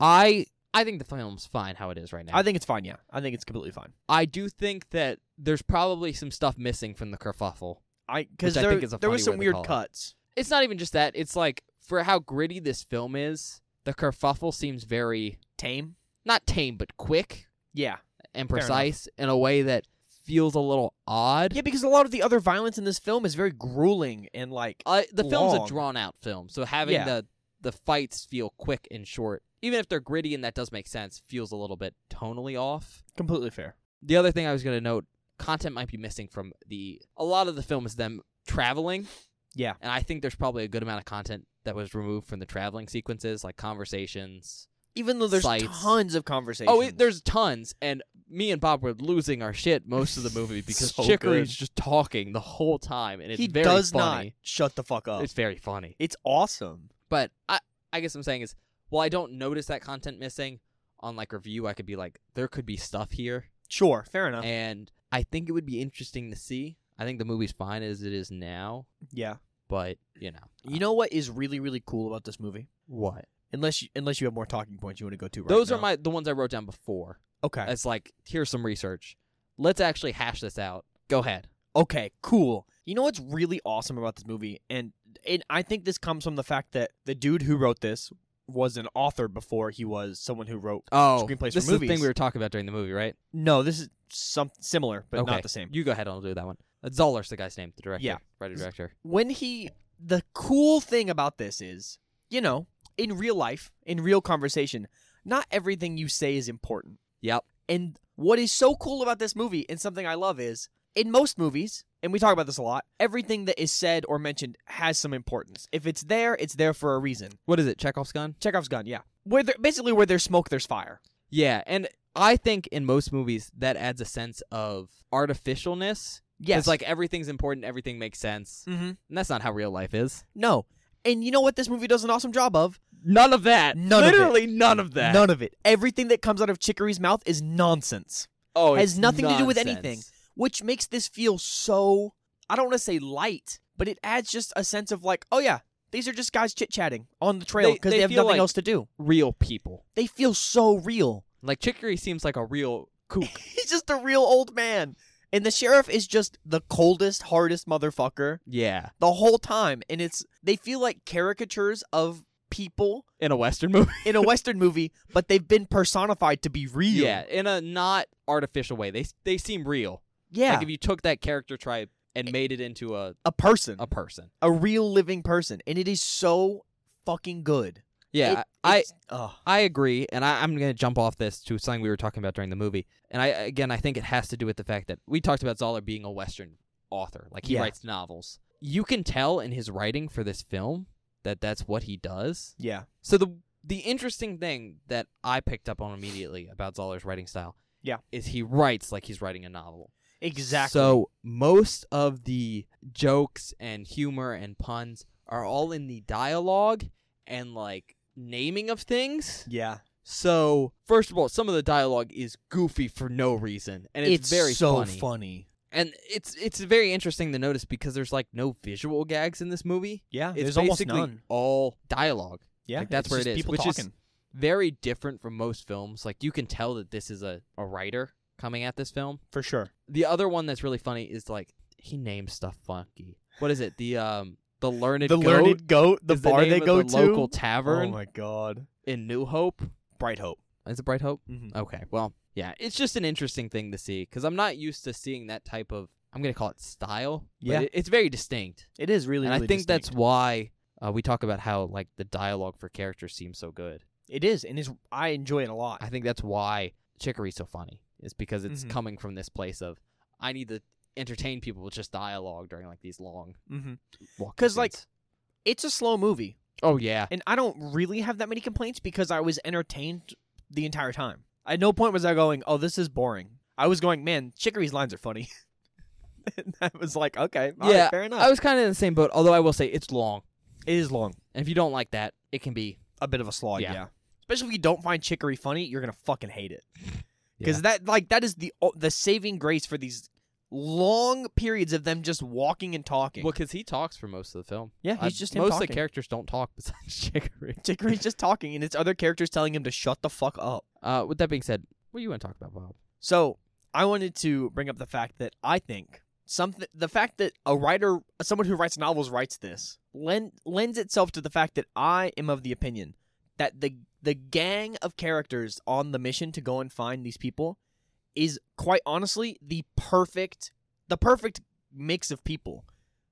I I think the film's fine how it is right now.
I think it's fine. Yeah, I think it's completely fine.
I do think that there's probably some stuff missing from the kerfuffle.
I because
Which I
there,
think is a
there were
funny way
some
to
weird
call it.
cuts.
It's not even just that. It's like for how gritty this film is, the kerfuffle seems very
Tame.
not tame but quick
Yeah.
and
Fair enough.
precise in a way that feels a little odd.
Yeah, because a lot of the other violence in this film is very grueling and like
Uh, the film's
Long.
a drawn out film, so having
Yeah.
the the fights feel quick and short, even if they're gritty and that does make sense, feels a little bit tonally off.
completely fair.
the other thing I was going to note, content might be missing from the a lot of the film is them traveling.
Yeah.
And I think there's probably a good amount of content that was removed from the traveling sequences, like conversations,
even though there's
Sights.
tons of conversation.
Oh, it, there's tons, and me and Bob were losing our shit most of the movie because
So
Chicory's
good.
just talking the whole time, and it's
he
very
does not Oh.
funny.
shut the fuck up.
It's very funny.
It's awesome.
But I, I guess I'm saying is, well, I don't notice that content missing on like review. I could be like, there could be stuff here,
Sure, fair enough.
and I think it would be interesting to see. I think the movie's fine as it is now,
yeah.
but you know,
You know what is really really cool about this movie?
what?
Unless you, unless you have more talking points you want to go to. Right
Those are
now.
my uh, the ones I wrote down before.
okay.
It's like here's some research. Let's actually hash this out. Go ahead.
Okay, cool. You know what's really awesome about this movie, and and I think this comes from the fact that the dude who wrote this was an author before he was someone who wrote.
Oh,
Screenplays
this
for
is the thing
movies.
we were talking about during the movie, right?
No, this is some similar, but
Okay.
not the same.
You go ahead. I'll do that one. Uh, Zoller's the guy's name, the director.
Yeah.
writer director.
When he, the cool thing about this is, you know, in real life, in real conversation, not everything you say is important.
Yep.
And what is so cool about this movie, and something I love, is in most movies, and we talk about this a lot, everything that is said or mentioned has some importance. If it's there, it's there for a reason.
What is it? Chekhov's gun.
Chekhov's gun, yeah. Where there, basically where there's smoke, there's fire.
Yeah, and I think in most movies that adds a sense of artificialness.
Yes,
It's like everything's important, everything makes sense,
mm-hmm.
and that's not how real life is.
no. And you know what? This movie does an awesome job of
None of that.
None of it.
Literally none of that.
none of it. Everything that comes out of Chicory's mouth is nonsense,
Oh,
has
it's
nothing to do with
nonsense.
anything. which makes this feel so. I don't want to say light, but it adds just a sense of like, oh yeah, these are just guys chit chatting on the trail
They-
because
they
they, have
feel
nothing
like-
else to do.
Real people.
They feel so real.
Like Chicory seems like a real kook.
He's just a real old man, and the sheriff is just the coldest, hardest motherfucker
yeah,
the whole time, and it's they feel like caricatures of people
in a Western movie.
in a Western movie, but they've been personified to be real.
Yeah, in a not artificial way. They they seem real.
Yeah.
Like if you took that character type and made it into a
a person,
a person.
a real living person. And it is so fucking good.
Yeah,
It-
I
it's- oh, ugh.
I agree, and I, I'm going to jump off this to something we were talking about during the movie. And I again, I think it has to do with the fact that we talked about Zoller being a Western author, like he
Yeah.
writes novels. You can tell in his writing for this film that that's what he does.
yeah.
So the the interesting thing that I picked up on immediately about Zoller's writing style,
Yeah.
is he writes like he's writing a novel.
Exactly.
So most of the jokes and humor and puns are all in the dialogue and like naming of things.
yeah.
So first of all, some of the dialogue is goofy for no reason, and it's, very
so
funny. And it's it's very interesting to notice because there's like no visual gags in this movie.
Yeah.
It's
there's almost
basically
none.
all dialogue.
Yeah.
like, that's
it's
where
just
it is,
People
which is-
talking.
Very different from most films. Like you can tell that this is a, a writer coming at this film.
for sure.
The other one that's really funny is like he names stuff funky. What is it? The um the learned
The
goat
learned goat, the
is
bar
name
they
of
go
the
to.
local
oh
tavern
my god.
in New Hope.
Bright Hope.
Is it Bright Hope?
Mhm.
Okay. Well, yeah, it's just an interesting thing to see because I'm not used to seeing that type of. I'm gonna call it style. but
Yeah.
it- it's very distinct,
It is really.
and I
really
think that's
distinct.
why uh, we talk about how like the dialogue for characters seems so good.
it is, and is I enjoy it a lot.
I think that's why Chicory's so funny is because it's
Mhm.
coming from this place of I need to entertain people with just dialogue during like these long
Mhm.
walk.
'Cause, like- It's a slow movie.
oh yeah,
And I don't really have that many complaints because I was entertained the entire time. At no point was I going, "Oh, this is boring." I was going, "Man, Chicory's lines are funny." and I was like, "Okay, all right,
Yeah,
fair enough."
I was kind of in the same boat. Although I will say it's long,
it is long,
and if you don't like that, it can be
a bit of a slog,
Yeah.
yeah. Especially if you don't find Chicory funny, you're gonna fucking hate it. Because
Yeah.
that, like, that is the o- the saving grace for these long periods of them just walking and talking.
Well, because he talks for most of the film.
yeah,
Uh,
he's just him
most of the
talking.
characters don't talk besides Chicory.
Chicory's just talking, and it's other characters telling him to shut the fuck up.
Uh, with that being said, what do you want to talk about, Bob?
So I wanted to bring up the fact that I think something the fact that a writer someone who writes novels writes this lend, lends itself to the fact that I am of the opinion that the the gang of characters on the mission to go and find these people is quite honestly the perfect the perfect mix of people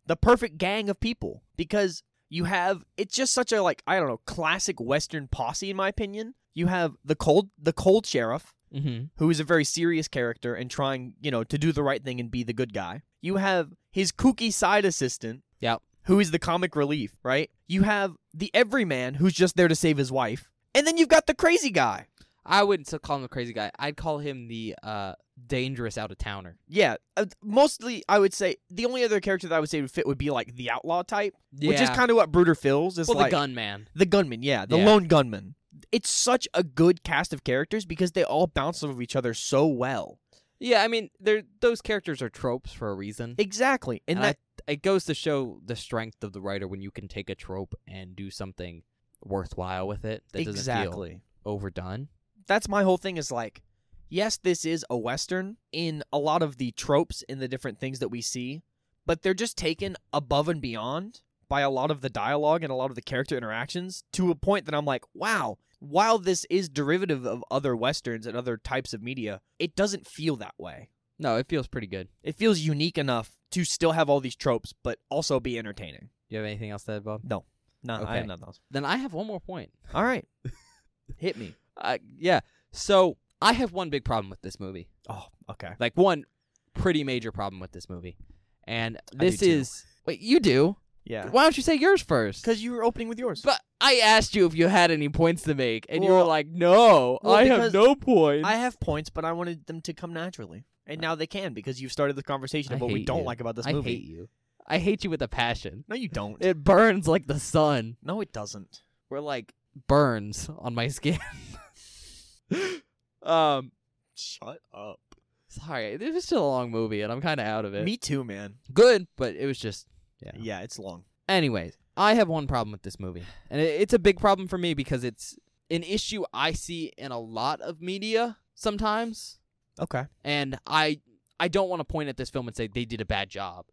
the perfect gang of people because you have it's just such a like I don't know classic western posse in my opinion you have the cold the cold sheriff
Mm-hmm.
who is a very serious character and trying, you know, to do the right thing and be the good guy. You have his kooky side assistant.
Yep.
Who is the comic relief, right? You have the everyman who's just there to save his wife. And then you've got the crazy guy.
I wouldn't so- call him the crazy guy. I'd call him the uh, dangerous out of towner.
Yeah, uh, mostly I would say the only other character that I would say would fit would be like the outlaw type, which is kind of what Bruder fills. Is
well,
like
the gunman.
the gunman. Yeah, the
Yeah.
lone gunman. It's such a good cast of characters because they all bounce off of each other so well.
Yeah, I mean, they're those characters are tropes for a reason.
Exactly, and,
And
that
It goes to show the strength of the writer when you can take a trope and do something worthwhile with it that doesn't feel
exactly.
overdone.
that's my whole thing is like yes this is a western in a lot of the tropes in the different things that we see but they're just taken above and beyond by a lot of the dialogue and a lot of the character interactions to a point that i'm like wow while this is derivative of other westerns and other types of media it doesn't feel that way
No, it feels pretty good.
it feels unique enough to still have all these tropes but also be entertaining
You have anything else to add, Bob?
no i
Okay.
have nothing else
Then I have one more point.
all right hit me
Uh, yeah. So I have one big problem with this movie.
oh okay
Like one pretty major problem with this movie, and
do
this
too.
is wait you do.
yeah
Why don't you say yours first?
because you were opening with yours
But I asked you if you had any points to make, and you were
Well-
like, "No,
well,
I
because
have no points."
I have points, but I wanted them to come naturally. And now they can because you've started the conversation
I
of what we
hate
don't
you.
like about this
I
movie.
hate you. I hate you with a passion.
No, you don't.
It burns like the sun.
no, it doesn't.
We're like burns on my skin. um,
Shut up.
sorry, it was still a long movie, and I'm kind of out of it.
Me too, man.
Good, but it was just yeah.
Yeah, it's long.
Anyways, I have one problem with this movie, and it, it's a big problem for me because it's an issue I see in a lot of media sometimes.
Okay.
and I I don't want to point at this film and say they did a bad job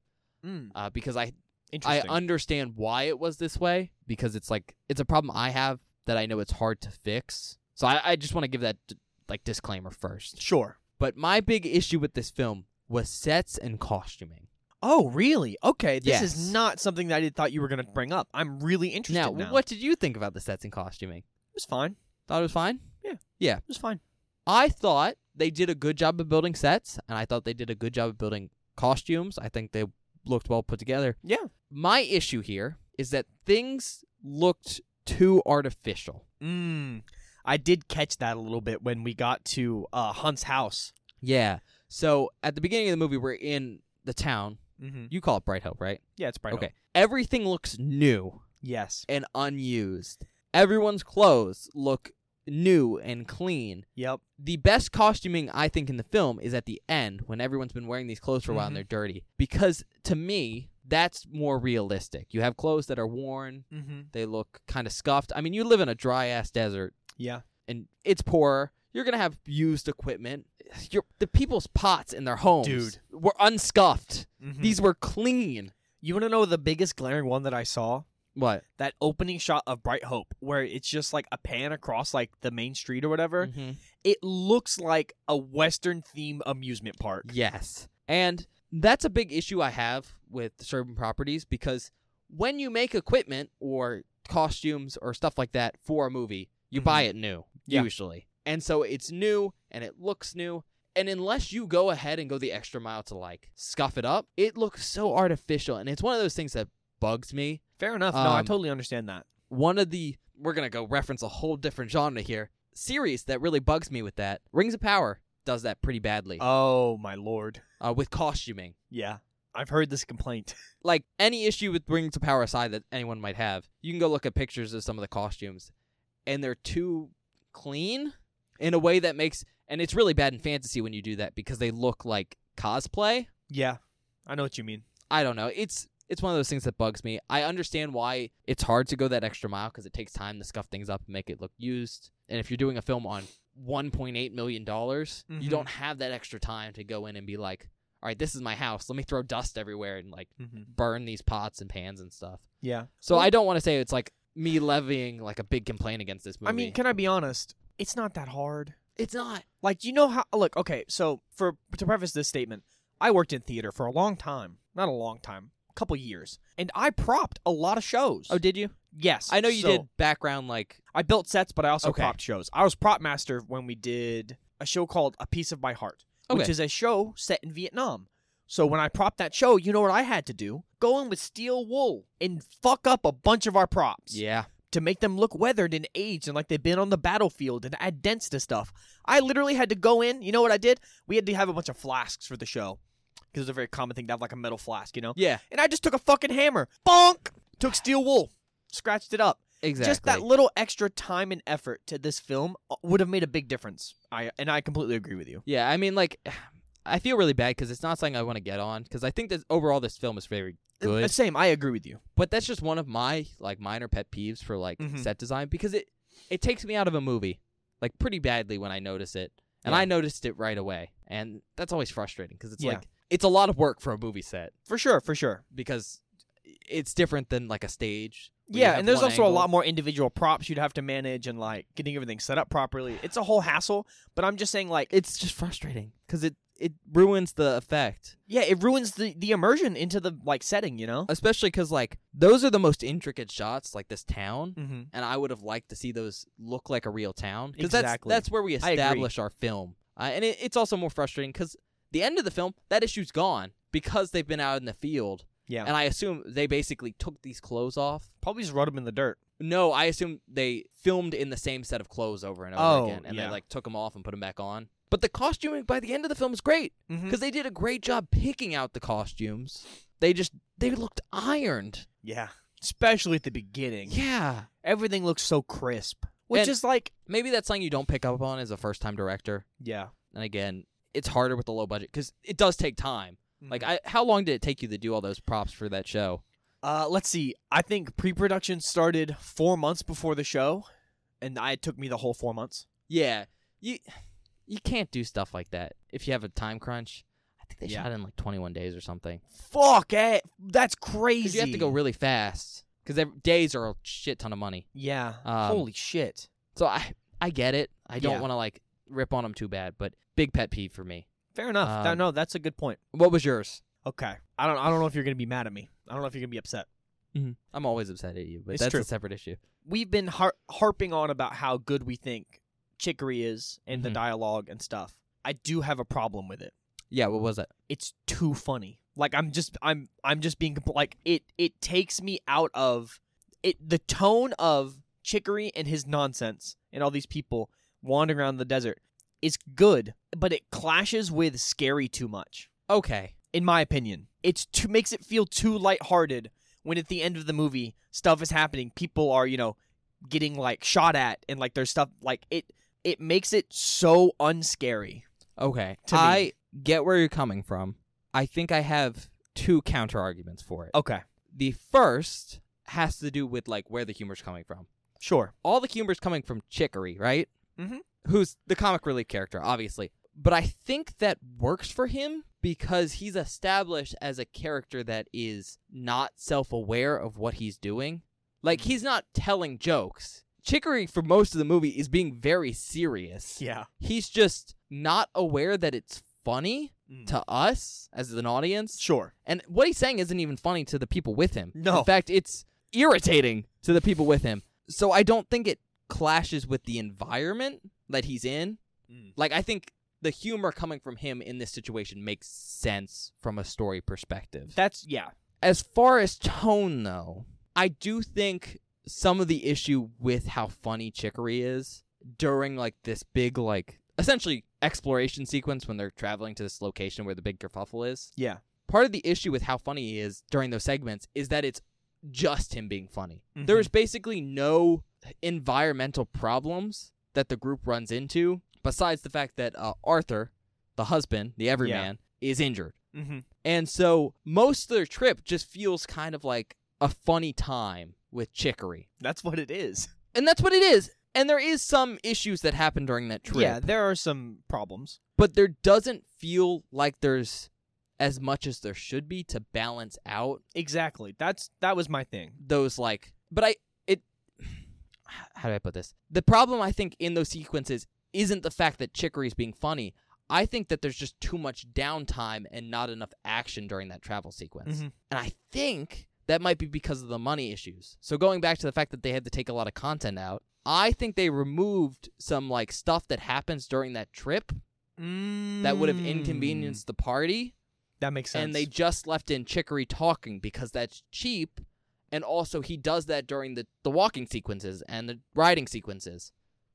Mm,
uh, because I I
interesting.
understand why it was this way because it's like it's a problem I have that I know it's hard to fix. So I, I just want to give that d- like disclaimer first.
sure.
But my big issue with this film was sets and costuming.
Oh, really? Okay. This
Yes.
is not something that I thought you were going to bring up. I'm really interested
Now,
now.
what did you think about the sets and costuming?
It was fine.
Thought it was fine.
It was fine.
I thought they did a good job of building sets, and I thought they did a good job of building costumes. I think they looked well put together.
Yeah.
My issue here is that things looked too artificial.
Mm. I did catch that a little bit when we got to uh, Hunt's house.
Yeah. So at the beginning of the movie, we're in the town.
Mm-hmm.
You call it Bright Hope, right?
Yeah, it's bright.
okay. Everything looks new
Yes.
and unused. Everyone's clothes look new and clean.
Yep.
The best costuming I think in the film is at the end when everyone's been wearing these clothes for a while and
Mhm.
they're dirty. Because to me, that's more realistic. You have clothes that are worn,
Mm-hmm.
they look kind of scuffed. I mean, you live in a dry ass desert.
Yeah.
and it's poorer. You're gonna have used equipment. Your the people's pots in their homes,
Dude.
were unscuffed.
Mhm.
These were clean.
You want to know the biggest glaring one that I saw?
What?
That opening shot of Bright Hope, where it's just like a pan across like the main street or whatever.
Mm.
It looks like a Western theme amusement park.
Yes, and that's a big issue I have with suburban properties because when you make equipment or costumes or stuff like that for a movie, you
Mhm.
buy it new
Yeah.
usually, and so it's new and it looks new. And unless you go ahead and go the extra mile to like scuff it up, it looks so artificial. And it's one of those things that bugs me
Fair enough. no, I
Um,
totally understand that.
one of the we're gonna go reference a whole different genre here series that really bugs me with that rings of power does that pretty badly
Oh my lord.
uh, with costuming
Yeah, I've heard this complaint.
like any issue with rings of power aside that anyone might have you can go look at pictures of some of the costumes and they're too clean in a way that makes and it's really bad in fantasy when you do that because they look like cosplay
yeah, I know what you mean.
I don't know. It's it's one of those things that bugs me. I understand why it's hard to go that extra mile because it takes time to scuff things up and make it look used. And if you're doing a film on 1.8 million dollars, you
Mhm.
don't have that extra time to go in and be like, "All right, this is my house. Let me throw dust everywhere and like
Mm-hmm.
burn these pots and pans and stuff."
Yeah.
So I don't want to say it's like me levying like a big complaint against this movie.
I mean, can I be honest? It's not that hard.
it's not.
Like, you know how? Look, okay. So for to preface this statement, I worked in theater for a long time. Not a long time, a couple years, and I propped a lot of shows.
Oh, did you?
Yes,
I know you
so
did background like
I built sets, but I also
Okay.
propped shows. I was prop master when we did a show called A Piece of My Heart, which
Okay.
is a show set in Vietnam. So when I propped that show, you know what I had to do? Go in with steel wool and fuck up a bunch of our props.
yeah.
to make them look weathered and aged and like they've been on the battlefield and add dents to stuff. I literally had to go in. You know what I did? We had to have a bunch of flasks for the show because it's a very common thing to have like a metal flask, you know.
Yeah,
And I just took a fucking hammer, bonk, took steel wool, scratched it up.
exactly.
Just that little extra time and effort to this film uh, would have made a big difference. I and I completely agree with you.
Yeah, I mean, like, I feel really bad because it's not something I want to get on because I think that overall this film is very
Uh,
good.
Same, I agree with you.
But that's just one of my like minor pet peeves for like
Mhm.
set design because it it takes me out of a movie like pretty badly when I notice it, and
Yeah.
I noticed it right away, and that's always frustrating because it's
Yeah.
like it's a lot of work for a movie set
For sure, for sure. because
because it's different than like a stage. where you
yeah,
have
and there's
one
also a
angle.
lot more individual props you'd have to manage and like getting everything set up properly. It's a whole hassle, but I'm just saying like
It's just frustrating because it it ruins the effect.
yeah, it ruins the the immersion into the like setting, you know?
especially because like those are the most intricate shots like this town
Mhm.
and i would have liked to see those look like a real town because
Exactly.
that's, that's where we
agree.
establish our film uh, and it, it's also more frustrating because the end of the film that issue's gone because they've been out in the field
Yeah.
and i assume they basically took these clothes off
Probably just rub them in the dirt.
no i assume they filmed in the same set of clothes over and over
Oh,
again and
yeah.
they like took them off and put them back on but the costuming by the end of the film is great
Mhm.
because they did a great job picking out the costumes they just they looked ironed
Yeah. Especially at the beginning.
yeah
Everything looks so crisp. Which
And-
is like
maybe that's something you don't pick up on as a first time director.
Yeah.
And again, it's harder with a low budget because it does take time.
Hmm. Mm-hmm.
Like, I, how long did it take you to do all those props for that show?
Uh, let's see. I think pre-production started four months before the show, and I it took me the whole four months.
Yeah, you you can't do stuff like that if you have a time crunch. I think they
Yeah.
shot it in like 21 days or something.
Fuck it. That's crazy.
Because you have to go really fast because days are a shit ton of money.
yeah.
Um,
Holy shit.
So I I get it. I don't
Yeah.
want to like rip on them too bad, but big pet peeve for me.
Fair enough. Th-
um,
no, that's a good point.
What was yours?
Okay. I don't. I don't know if you're gonna be mad at me. I don't know if you're gonna be upset.
I'm always upset at you, but
It's
that's
true.
a separate issue.
We've been har- harping on about how good we think Chicory is and the
Mhm.
dialogue and stuff. I do have a problem with it.
Yeah, what was it?
it's too funny. Like I'm just I'm I'm just being compl- like it it takes me out of it the tone of Chicory and his nonsense and all these people wandering around the desert is good, but it clashes with scary too much.
Okay.
In my opinion, it's too makes it feel too lighthearted when at the end of the movie stuff is happening, people are, you know, getting like shot at and like there's stuff like it it makes it so unscary.
Okay.
to me.
I get where you're coming from. I think I have two counter arguments for it.
Okay.
The first has to do with like where the humor's coming from.
Sure.
All the humor's coming from Chicory, right?
Mhm.
Who's the comic relief character, obviously. But I think that works for him because he's established as a character that is not self aware of what he's doing. Like, he's not telling jokes. Chicory, for most of the movie, is being very serious
Yeah.
he's just not aware that it's funny
Mm.
to us as an audience.
Sure.
And what he's saying isn't even funny to the people with him.
No.
In fact, it's irritating to the people with him. So I don't think it clashes with the environment that he's in.
Mm.
Like I think the humor coming from him in this situation makes sense from a story perspective.
That's yeah.
As far as tone, though, I do think some of the issue with how funny Chicory is during like this big, like essentially exploration sequence when they're traveling to this location where the big kerfuffle is.
Yeah.
Part of the issue with how funny he is during those segments is that it's just him being funny.
Mm-hmm.
There is basically no environmental problems that the group runs into besides the fact that uh, Arthur, the husband, the everyman, is injured.
Mm-hmm.
And so most of their trip just feels kind of like a funny time with Chicory.
That's what it is.
And that's what it is. And there is some issues that happen during that trip.
Yeah, there are some problems.
But there doesn't feel like there's as much as there should be to balance out
Exactly. That's that was my thing.
those like but I it how do I put this? The problem I think in those sequences isn't the fact that Chicory's being funny. I think that there's just too much downtime and not enough action during that travel sequence.
Mhm.
And I think that might be because of the money issues. So going back to the fact that they had to take a lot of content out, I think they removed some like stuff that happens during that trip that would have inconvenienced the party
Mm. That makes sense.
and they just left in Chicory talking because that's cheap and also he does that during the the walking sequences and the riding sequences.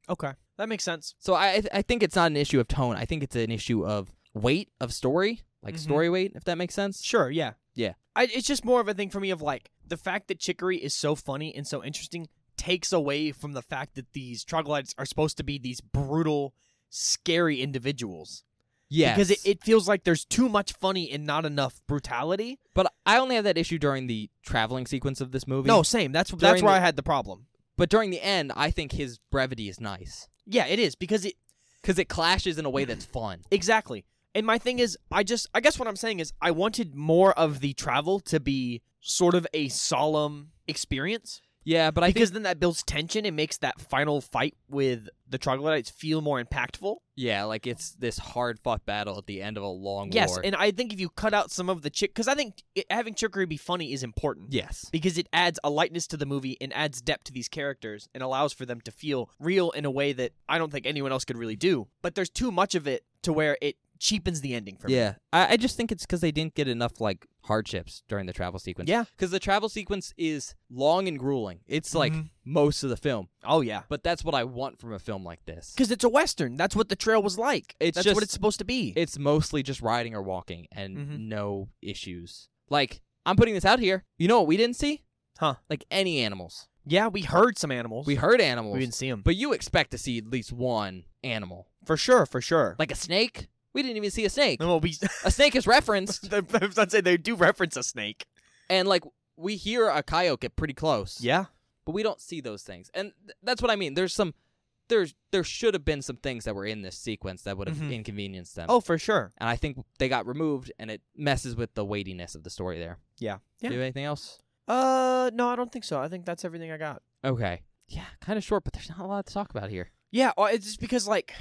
Okay, that makes sense.
So I I th- I think it's not an issue of tone. I think it's an issue of weight of story, like
Mhm.
story weight, if that makes sense.
Sure, yeah,
Yeah.
I, it's just more of a thing for me of like the fact that Chicory is so funny and so interesting takes away from the fact that these troglodytes are supposed to be these brutal, scary individuals.
Yeah,
because it, it feels like there's too much funny and not enough brutality.
But I only have that issue during the traveling sequence of this movie.
No, same. That's that's
During
where
the-
I had the problem.
but during the end, I think his brevity is nice
Yeah, it is because it
because it clashes in a way that's fun.
exactly. And my thing is, I just I guess what I'm saying is I wanted more of the travel to be sort of a solemn experience
Yeah, but I
because
think
then that builds tension and makes that final fight with the troglodytes feel more impactful.
yeah, like it's this hard fought battle at the end of a long
Yes,
war.
and I think if you cut out some of the chick because I think it, having Chicory be funny is important.
yes,
because it adds a lightness to the movie and adds depth to these characters and allows for them to feel real in a way that I don't think anyone else could really do. But there's too much of it to where it cheapens the ending for me.
yeah. I, I just think it's because they didn't get enough like hardships during the travel sequence.
Yeah.
because the travel sequence is long and grueling. It's like
Mhm.
most of the film,
Oh yeah.
but that's what I want from a film like this.
Because it's a western. That's what the trail was like.
It's
That's
just-
what it's supposed to be.
it's mostly just riding or walking and
Mhm.
no issues. Like, I'm putting this out here. You know what we didn't see?
Huh.
Like any animals.
yeah, we heard some animals.
We heard animals.
we didn't see them,
but you expect to see at least one animal.
for sure, for sure.
Like a snake? We didn't even see a snake.
well, we.
A snake is referenced
I'd say they do reference a snake.
and like we hear a coyote pretty close.
Yeah.
But we don't see those things. And th- that's what I mean. There's some there's there should have been some things that were in this sequence that would have
Mhm.
inconvenienced them.
Oh, for sure.
And I think they got removed and it messes with the weightiness of the story there.
Yeah. Yeah.
Do you have anything else?
Uh, no, I don't think so. I think that's everything I got.
Okay. Yeah, kind of short, but there's not a lot to talk about here.
Yeah, uh, it's just because like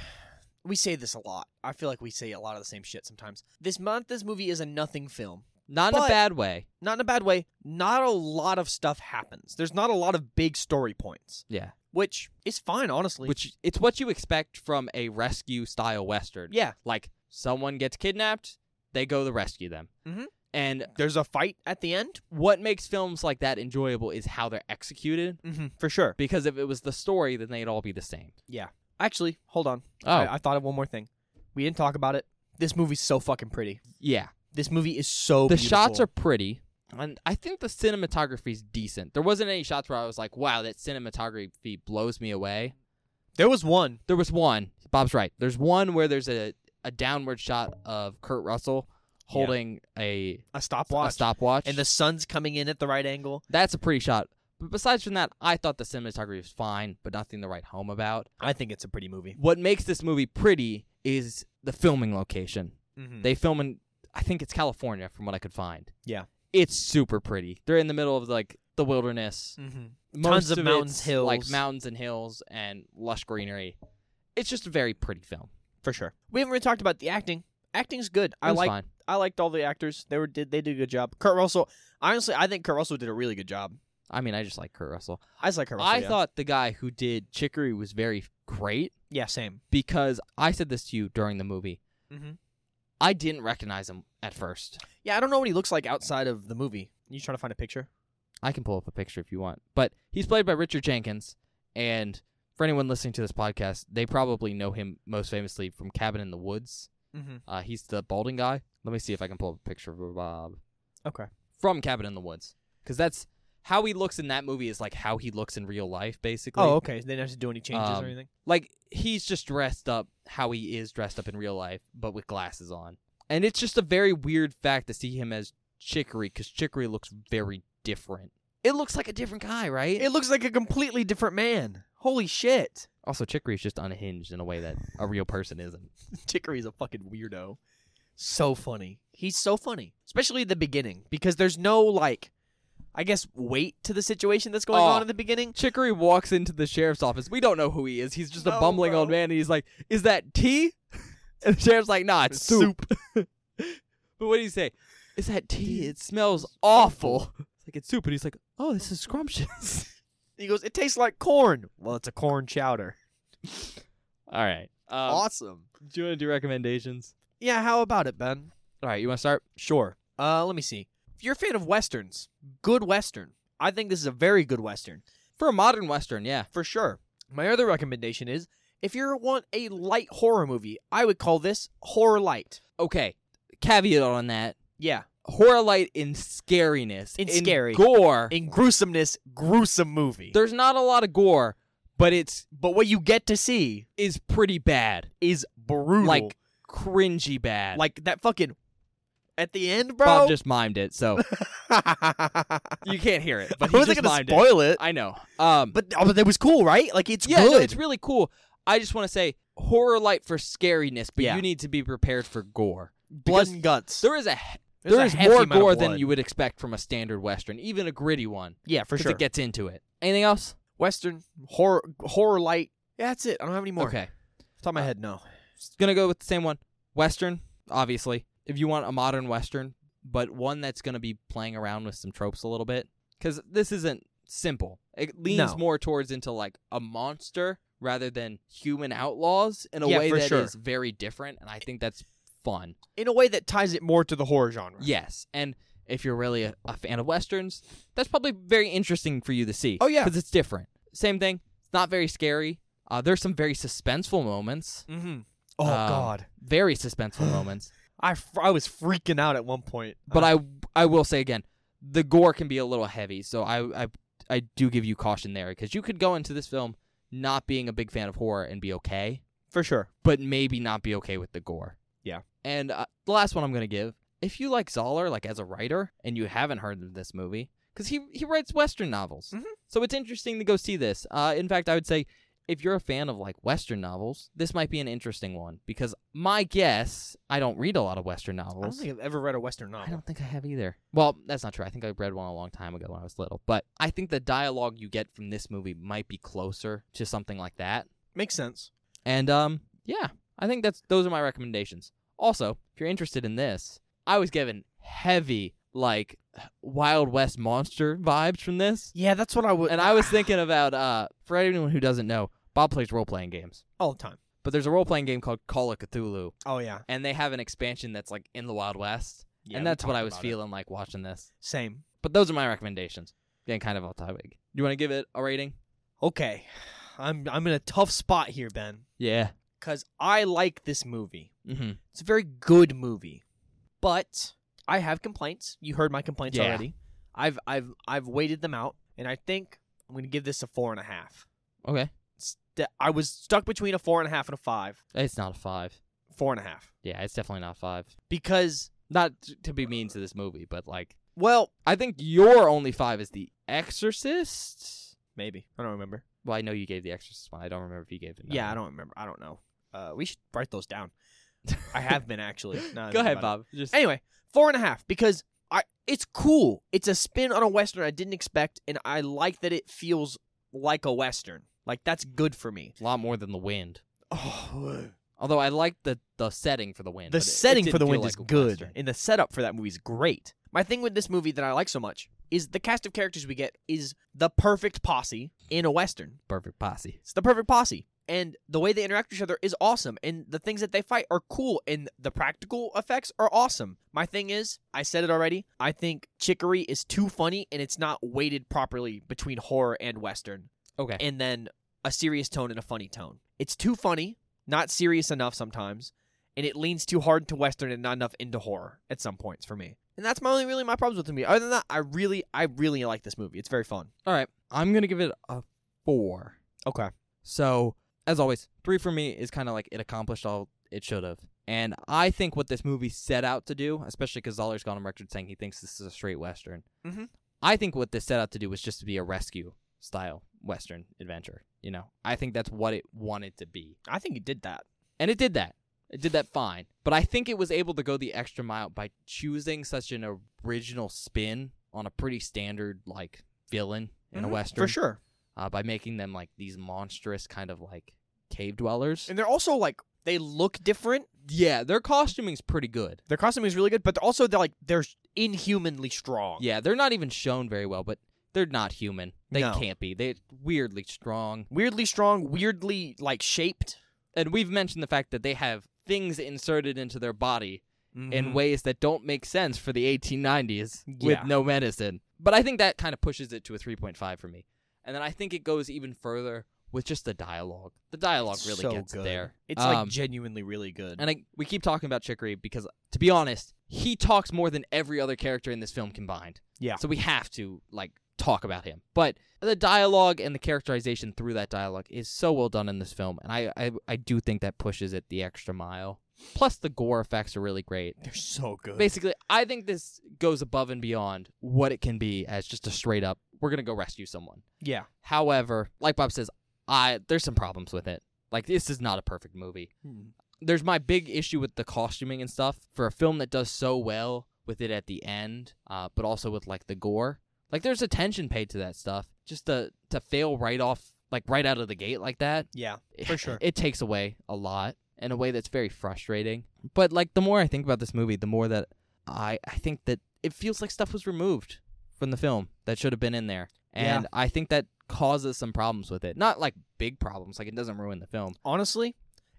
we say this a lot. I feel like we say a lot of the same shit sometimes. This month, this movie is a nothing film.
Not in a
But-
bad way.
Not in a bad way. Not a lot of stuff happens. There's not a lot of big story points,
Yeah.
which is fine, honestly.
Which it's what you expect from a rescue style western.
yeah,
Like someone gets kidnapped, they go to rescue them.
Mhm.
And
there's a fight at the end.
what makes films like that enjoyable is how they're executed.
Mm-hmm, for sure.
Because if it was the story, then they'd all be the same.
Actually, hold on.
Oh
I, I thought of one more thing. We didn't talk about it. This movie's so fucking pretty.
yeah.
This movie is so.
the shots
beautiful.
are pretty, and I think the cinematography's decent. There wasn't any shots where I was like, "Wow, that cinematography blows me away."
There was one.
There was one. Bob's right. There's one where there's a, a downward shot of Kurt Russell holding a,
A
a
stopwatch.
stopwatch,
And the sun's coming in at the right angle.
that's a pretty shot. But besides from that, I thought the cinematography was fine, but nothing to write home about.
I think it's a pretty movie.
What makes this movie pretty is the filming location.
Mm-hmm. Hmm.
They film in, I think it's California, from what I could find.
Yeah.
it's super pretty. They're in the middle of like the wilderness.
Mm-hmm.
Most
of
of
mountains,
it's, like
hills.
mountains and hills, and lush greenery. It's just a very pretty film.
for sure. We haven't really talked about the acting. Acting's good.
It
I
was
like
fine.
I liked all the actors. They were did they did a good job. Kurt Russell, honestly, I think Kurt Russell did a really good job.
I mean, I just like Kurt Russell.
I just like Kurt Russell.
I
yeah.
thought the guy who did Chicory was very great
yeah, same.
because I said this to you during the movie.
Mhm.
I didn't recognize him at first.
Yeah, I don't know what he looks like outside of the movie. You trying to find a picture?
I can pull up a picture if you want, but he's played by Richard Jenkins, and for anyone listening to this podcast, they probably know him most famously from Cabin in the Woods.
Mm-hmm.
Uh, he's the balding guy. Let me see if I can pull up a picture of Bob
Okay.
from Cabin in the Woods, because that's how he looks in that movie is like how he looks in real life, basically.
Oh, okay. They didn't have to do any changes
Um,
or anything.
like he's just dressed up how he is dressed up in real life, but with glasses on. And it's just a very weird fact to see him as Chicory because Chicory looks very different. It looks like a different guy, right?
It looks like a completely different man. Holy shit.
also, Chicory's just unhinged in a way that a real person isn't.
Tickery's a fucking weirdo. So funny. He's so funny, especially at the beginning because there's no like I guess weight to the situation that's going
Oh.
on in the beginning.
Chicory walks into the sheriff's office. We don't know who he is. He's just a
No,
bumbling
bro.
old man, and he's like, "Is that tea?" And the sheriff's like, "Nah, it's, soup." but what do you say? Is that tea? It smells awful. It's like it's soup, and he's like, "Oh, this is scrumptious."
He goes, "It tastes like corn." Well, it's a corn chowder.
All right. Um,
awesome.
Do you want to do recommendations?
Yeah, how about it, Ben?
All right, you want to start?
Sure. Uh, let me see. If you're a fan of westerns, good western. I think this is a very good western
For a modern western, yeah.
for sure. My other recommendation is if you want a light horror movie, I would call this horror light.
Okay. Caveat on that.
Yeah,
Horror light in scariness.
In scary.
Gore.
in gruesomeness, gruesome movie.
there's not a lot of gore, but it's
but what you get to see
is pretty bad.
is brutal.
Like cringy bad.
like that fucking at the end, bro.
Bob just mimed it, so
I
you can't hear it. But he
wasn't
just
gonna
mimed
spoil it,
it. I know. Um
but oh, but that was cool, right? Like it's
yeah,
good.
no, it's really cool. I just want to say horror light for scariness, but
Yeah.
you need to be prepared for gore.
blood and guts.
There is a he-
There's
there
a
is
hefty
more
amount of
gore than
blood.
you would expect from a standard western, even a gritty one,
Yeah, for
'cause
sure.
it gets into it. Anything else?
Western horror, horror light. Yeah, that's it. I don't have any more.
Okay, Uh,
top of my head, no.
Just gonna go with the same one. Western, obviously. If you want a modern western, but one that's gonna be playing around with some tropes a little bit, because this isn't simple. It leans
No.
more towards into like a monster rather than human outlaws in a
Yeah,
way
for
that is
sure.
very different, and I think that's fun.
In a way that ties it more to the horror genre.
Yes, and if you're really a, a fan of westerns, that's probably very interesting for you to see.
Oh, yeah.
because it's different. Same thing. It's not very scary. Uh, there's some very suspenseful moments.
Mm-hmm. Oh
Um,
God,
Very suspenseful moments.
I, f- I was freaking out at one point.
But
Uh,
I I will say again, the gore can be a little heavy. So I I I do give you caution there because you could go into this film not being a big fan of horror and be okay.
for sure.
but maybe not be okay with the gore.
Yeah.
And uh, the last one I'm going to give, if you like Zoller like as a writer and you haven't heard of this movie cuz he he writes western novels.
Mhm.
So it's interesting to go see this. Uh, in fact, I would say if you're a fan of like western novels, this might be an interesting one because my guess, I don't read a lot of western
I don't
novels.
think I've ever read a western
I
novel.
don't think I have either. Well, that's not true. I think I read one a long time ago when I was little. But I think the dialogue you get from this movie might be closer to something like that.
Makes sense.
And um, yeah, I think that's those are my recommendations. Also, if you're interested in this, I was given heavy like Wild West monster vibes from this,
Yeah, that's what I would.
and I was thinking about uh, for anyone who doesn't know, Bob plays role playing games,
all the time.
but there's a role playing game called Call of Cthulhu,
Oh yeah,
and they have an expansion that's like in the Wild West,
yeah
and
we
that's what
talked
I was
about it.
feeling like watching this.
Same.
But those are my recommendations. Getting kind of off topic. You want to give it a rating?
Okay, I'm I'm in a tough spot here, Ben,
Yeah.
because I like this movie.
Mm-hmm.
It's a very good movie, but I have complaints. You heard my complaints
Yeah.
already. I've I've I've weighted them out, and I think I'm gonna give this a four and a half.
Okay.
St- I was stuck between a four and a half and a five.
It's not a five.
Four and a half
Yeah, it's definitely not a five.
because
not t- to be mean to this movie, but like
well
I think your only five is The Exorcist.
maybe I don't remember.
Well, I know you gave The Exorcist one. I don't remember if you gave it.
Yeah, I don't remember. I don't know. Uh, we should write those down. I have been actually. now that I
Go
think
ahead,
about it.
Bob. Just
Anyway, four and a half because I it's cool. It's a spin on a western I didn't expect, and I like that it feels like a western. Like that's good for me.
a lot more than The Wind.
Oh,
Although I like the the setting for The Wind.
the
but it- it
setting for
didn't
the
feel
wind
like
is
a
good,
Western.
and the setup for that movie is great. My thing with this movie that I like so much is the cast of characters we get is the perfect posse in a western.
Perfect posse.
It's the perfect posse. And the way they interact with each other is awesome. And the things that they fight are cool. And the practical effects are awesome. My thing is, I said it already, I think Chicory is too funny and it's not weighted properly between horror and Western.
Okay.
And then a serious tone and a funny tone. It's too funny, not serious enough sometimes. And it leans too hard to Western and not enough into horror at some points for me. And that's my only really my problems with the movie. Other than that, I really, I really like this movie. It's very fun.
All right. I'm gonna give it a four.
Okay.
So, as always, three for me is kind of like it accomplished all it should have. And I think what this movie set out to do, especially because Zoller's gone on record saying he thinks this is a straight Western,
Mhm.
I think what this set out to do was just to be a rescue style Western adventure. You know, I think that's what it wanted to be.
I think it did that.
And it did that. It did that fine. But I think it was able to go the extra mile by choosing such an original spin on a pretty standard, like, villain in a
Mhm,
Western
For sure.
uh, by making them like these monstrous kind of like cave dwellers.
And they're also like they look different.
yeah, their costuming's pretty good.
Their costume is really good, but they're also they're like they're inhumanly strong.
Yeah, they're not even shown very well, but they're not human. They
No.
can't be. They're weirdly strong.
Weirdly strong, weirdly like shaped
And we've mentioned the fact that they have things inserted into their body in
way.
ways that don't make sense for the 1890s
Mm-hmm. Yeah.
with no medicine. But I think that kind of pushes it to a 3.5 for me. And then I think it goes even further with just the dialogue. The dialogue
It's
really
so
gets
good.
there.
It's
Um,
like genuinely really good.
and I, we keep talking about Chicory because, to be honest, he talks more than every other character in this film combined.
Yeah.
So we have to like talk about him. But the dialogue and the characterization through that dialogue is so well done in this film, and I I, I do think that pushes it the extra mile. Plus, the gore effects are really great.
They're so good.
Basically, I think this goes above and beyond what it can be as just a straight up. We're gonna go rescue someone.
yeah.
However, like Bob says, I there's some problems with it. Like this is not a perfect movie
Hmm.
there's my big issue with the costuming and stuff for a film that does so well with it at the end, uh, but also with like the gore. Like there's attention paid to that stuff. Just to to fail right off, like right out of the gate like that,
Yeah. For sure.
it takes away a lot in a way that's very frustrating. But like the more I think about this movie, the more that I I think that it feels like stuff was removed from the film that should have been in there,
Yeah.
and I think that causes some problems with it. Not like big problems, like it doesn't ruin the film.
Honestly,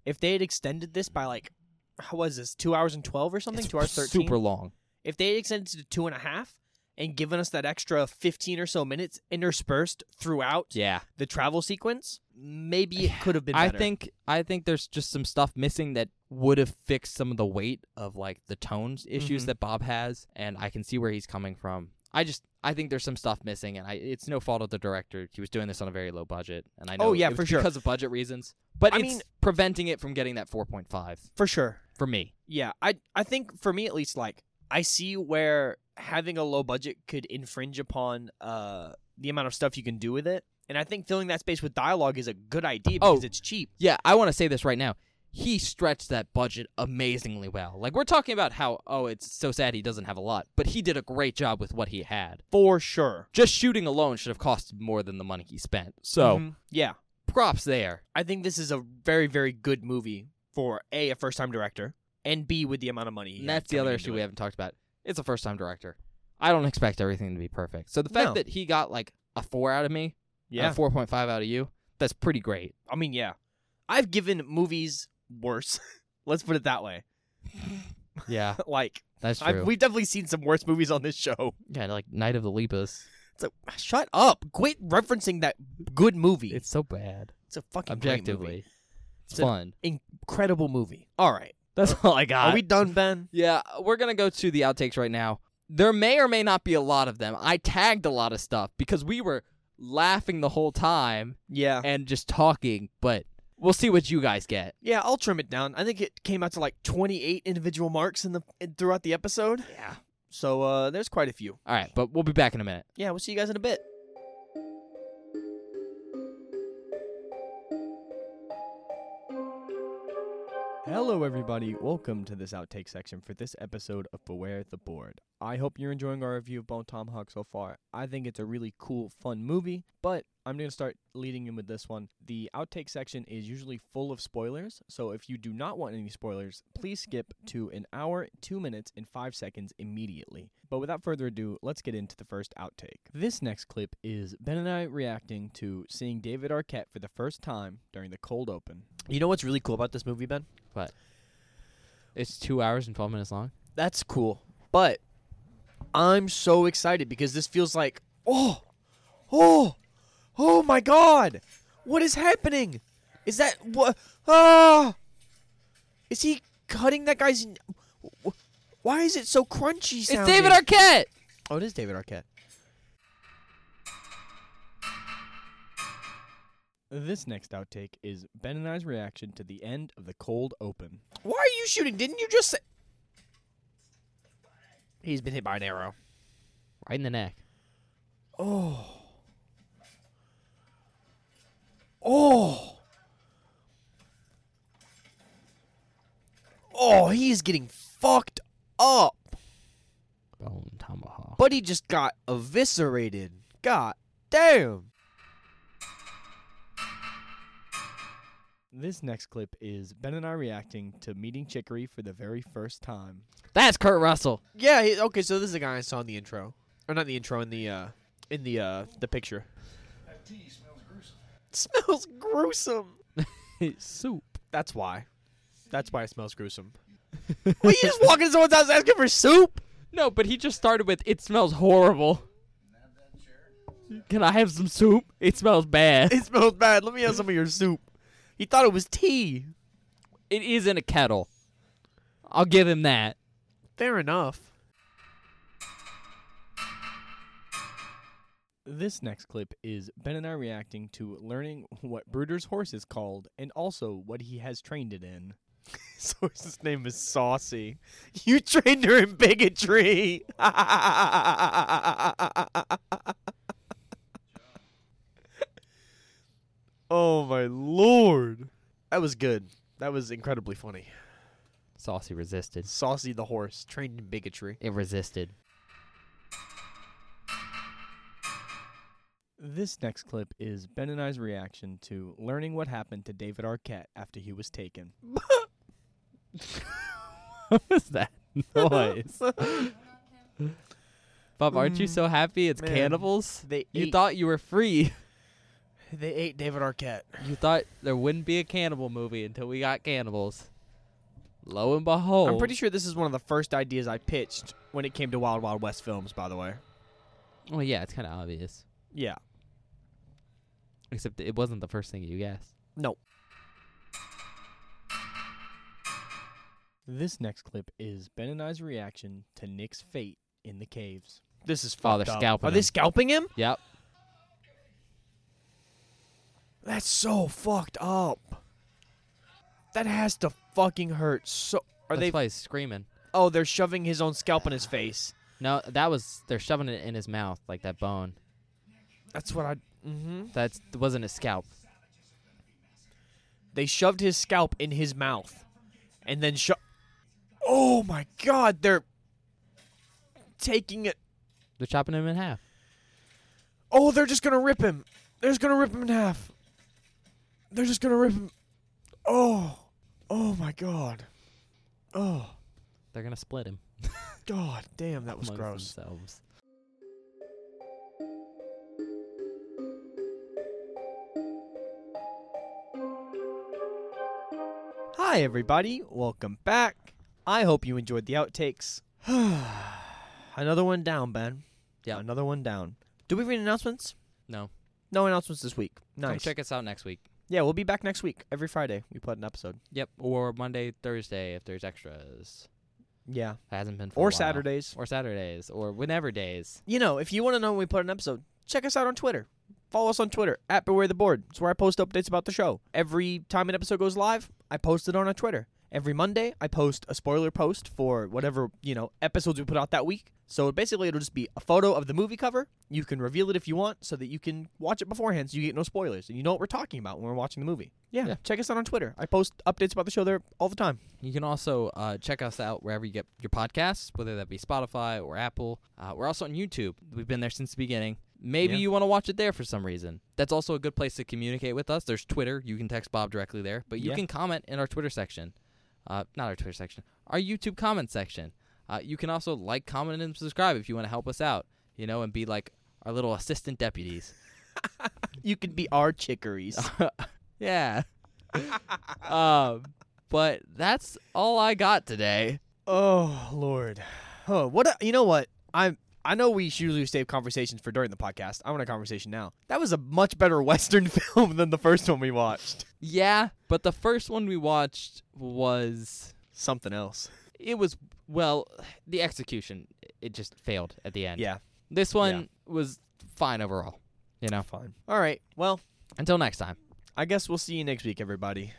if they had extended this by like, how was this? Two hours and twelve or something?
It's
two hours thirteen.
super long.
If they had extended it to two and a half and given us that extra fifteen or so minutes interspersed throughout
Yeah.
the travel sequence, maybe it could have been.
I
better.
think I think there's just some stuff missing that would have fixed some of the weight of like the tones issues
Mhm.
that Bob has, and I can see where he's coming from. I just I think there's some stuff missing, and I it's no fault of the director. He was doing this on a very low budget, and I know
Oh, yeah,
it was
for sure.
because of budget reasons. But
I
it's
mean-
preventing it from getting that 4.5
for sure.
for me.
Yeah, I I think for me at least, like I see where having a low budget could infringe upon uh the amount of stuff you can do with it, and I think filling that space with dialogue is a good idea
Oh.
because it's cheap.
Yeah, I want to say this right now. He stretched that budget amazingly well. Like we're talking about how oh it's so sad he doesn't have a lot, but he did a great job with what he had.
For sure.
Just shooting alone should have cost more than the money he spent. So
Mhm. yeah,
props there.
I think this is a very very good movie for a a first time director and b with the amount of money. he
And
had
that's the
coming
other
into
issue we
it.
haven't talked about. It's a first time director. I don't expect everything to be perfect. So the fact
No.
that he got like a four out of me, and
Yeah,
a four point five out of you, that's pretty great.
I mean yeah, I've given movies worse. Let's put it that way.
Yeah,
Like
that's true.
I've, we've definitely seen some worse movies on this show.
yeah, like Night of the Lepus.
It's like, shut up. Quit referencing that good movie.
It's so bad.
It's a fucking
Objectively,
great movie.
it's,
It's a-
fun.
incredible movie. All right,
That's all I got.
are we done, Ben?
Yeah, we're going to go to the outtakes right now. There may or may not be a lot of them. I tagged a lot of stuff because we were laughing the whole time
Yeah,
and just talking, but we'll see what you guys get.
yeah. I'll trim it down. I think it came out to like 28 individual marks in the in, throughout the episode.
Yeah.
So uh, there's quite a few.
All right, but we'll be back in a minute.
Yeah, we'll see you guys in a bit. Hello, everybody. Welcome to this outtake section for this episode of Beware the Board. I hope you're enjoying our review of Bone Tomahawk so far. I think it's a really cool, fun movie, but I'm going to start leading in with this one. The outtake section is usually full of spoilers, so if you do not want any spoilers, please skip to an hour, two minutes, and five seconds immediately. But without further ado, let's get into the first outtake. This next clip is Ben and I reacting to seeing David Arquette for the first time during the cold open. You know what's really cool about this movie, Ben?
It's two hours and 12 minutes long.
That's cool. But I'm so excited because this feels like, oh, oh, oh my God. What is happening? Is that what? Ah! Is he cutting that guy's. n- wh- Why is it so crunchy sounding?
It's David Arquette!
Oh, it is David Arquette. This next outtake is Ben and I's reaction to the end of the cold open. Why are you shooting? Didn't you just say? He's been hit by an arrow.
Right in the neck.
Oh. Oh. Oh, he's getting fucked up.
Bone tomahawk.
But he just got eviscerated. God damn. This next clip is Ben and I reacting to meeting Chicory for the very first time.
That's Kurt Russell.
Yeah, he, okay, so this is the guy I saw in the intro. Or not the intro in the uh in the uh the picture.
That tea smells gruesome.
smells gruesome.
Soup.
That's why. That's why it smells gruesome. well, you just walk into someone's house asking for soup?
No, but he just started with, it smells horrible.
Now
Can I have some soup? It smells bad.
It smells bad. Let me have some of your soup. He thought it was tea.
It is in a kettle. I'll give him that.
Fair enough. This next clip is Ben and I reacting to learning what Bruder's horse is called and also what he has trained it in. His horse's name is Saucy. You trained her in bigotry. oh my lord. That was good. That was incredibly funny.
Saucy resisted.
Saucy the horse, trained in bigotry.
It resisted.
This next clip is Ben and I's reaction to learning what happened to David Arquette after he was taken.
what was that noise? Bob, aren't you so happy it's
Man.
cannibals?
They
You
ate,
thought you were free.
they ate David Arquette.
You thought there wouldn't be a cannibal movie until we got cannibals. Lo and behold,
I'm pretty sure this is one of the first ideas I pitched when it came to Wild Wild West films, by the way.
Well, yeah, it's kind of obvious.
Yeah.
Except it wasn't the first thing you guessed.
No. This next clip is Ben and I's reaction to Nick's fate in the caves. This is
Oh,
fucked
they're
up.
scalping
Are they
him.
scalping him?
Yep.
That's so fucked up. That has to fucking hurt. So are
That's
they?
why he's screaming.
oh, they're shoving his own scalp in his face.
No, that was they're shoving it in his mouth like that bone.
That's what I. Mm-hmm.
That's wasn't his scalp.
They shoved his scalp in his mouth, and then sho. Oh my god, they're taking it.
They're chopping him in half.
Oh, they're just gonna rip him. They're just gonna rip him in half. They're just gonna rip him. Oh, oh my god. Oh
They're gonna split him.
god, damn, that was
amongst
gross.
Themselves.
Hi, everybody. Welcome back. I hope you enjoyed the outtakes. Another one down, Ben.
Yeah.
Another one down. Do we have any announcements?
No.
No announcements this week.
Come
Nice.
check us out next week.
Yeah, we'll be back next week. Every Friday, we put an episode.
Yep. Or Monday, Thursday if there's extras.
Yeah.
Hasn't been for a
Or
while.
Saturdays.
Or Saturdays. Or whenever days.
You know, if you want to know when we put an episode, check us out on Twitter. Follow us on Twitter at Beware the Board. It's where I post updates about the show. Every time an episode goes live, I post it on our Twitter. Every Monday, I post a spoiler post for whatever you know episodes we put out that week. So basically, it'll just be a photo of the movie cover. You can reveal it if you want, so that you can watch it beforehand, so you get no spoilers and you know what we're talking about when we're watching the movie. Yeah,
Yeah.
check us out on Twitter. I post updates about the show there all the time.
You can also uh, check us out wherever you get your podcasts, whether that be Spotify or Apple. Uh, we're also on YouTube. We've been there since the beginning. Maybe
Yeah.
you want to watch it there for some reason. That's also a good place to communicate with us. There's Twitter. You can text Bob directly there, but you
Yeah.
can comment in our Twitter section. Uh, not our Twitter section, our YouTube comment section. Uh, you can also like, comment, and subscribe if you want to help us out, you know, and be like our little assistant deputies.
You can be our chicories.
yeah. um, but that's all I got today.
Oh Lord. Oh, what a, you know what? I'm I know we usually save conversations for during the podcast. I want a conversation now. That was a much better western film than the first one we watched.
Yeah, but the first one we watched was
Something else.
it was well, the execution it just failed at the end.
Yeah.
This one was fine overall, you know.
Fine. All right. Well,
Until next time.
I guess we'll see you next week everybody.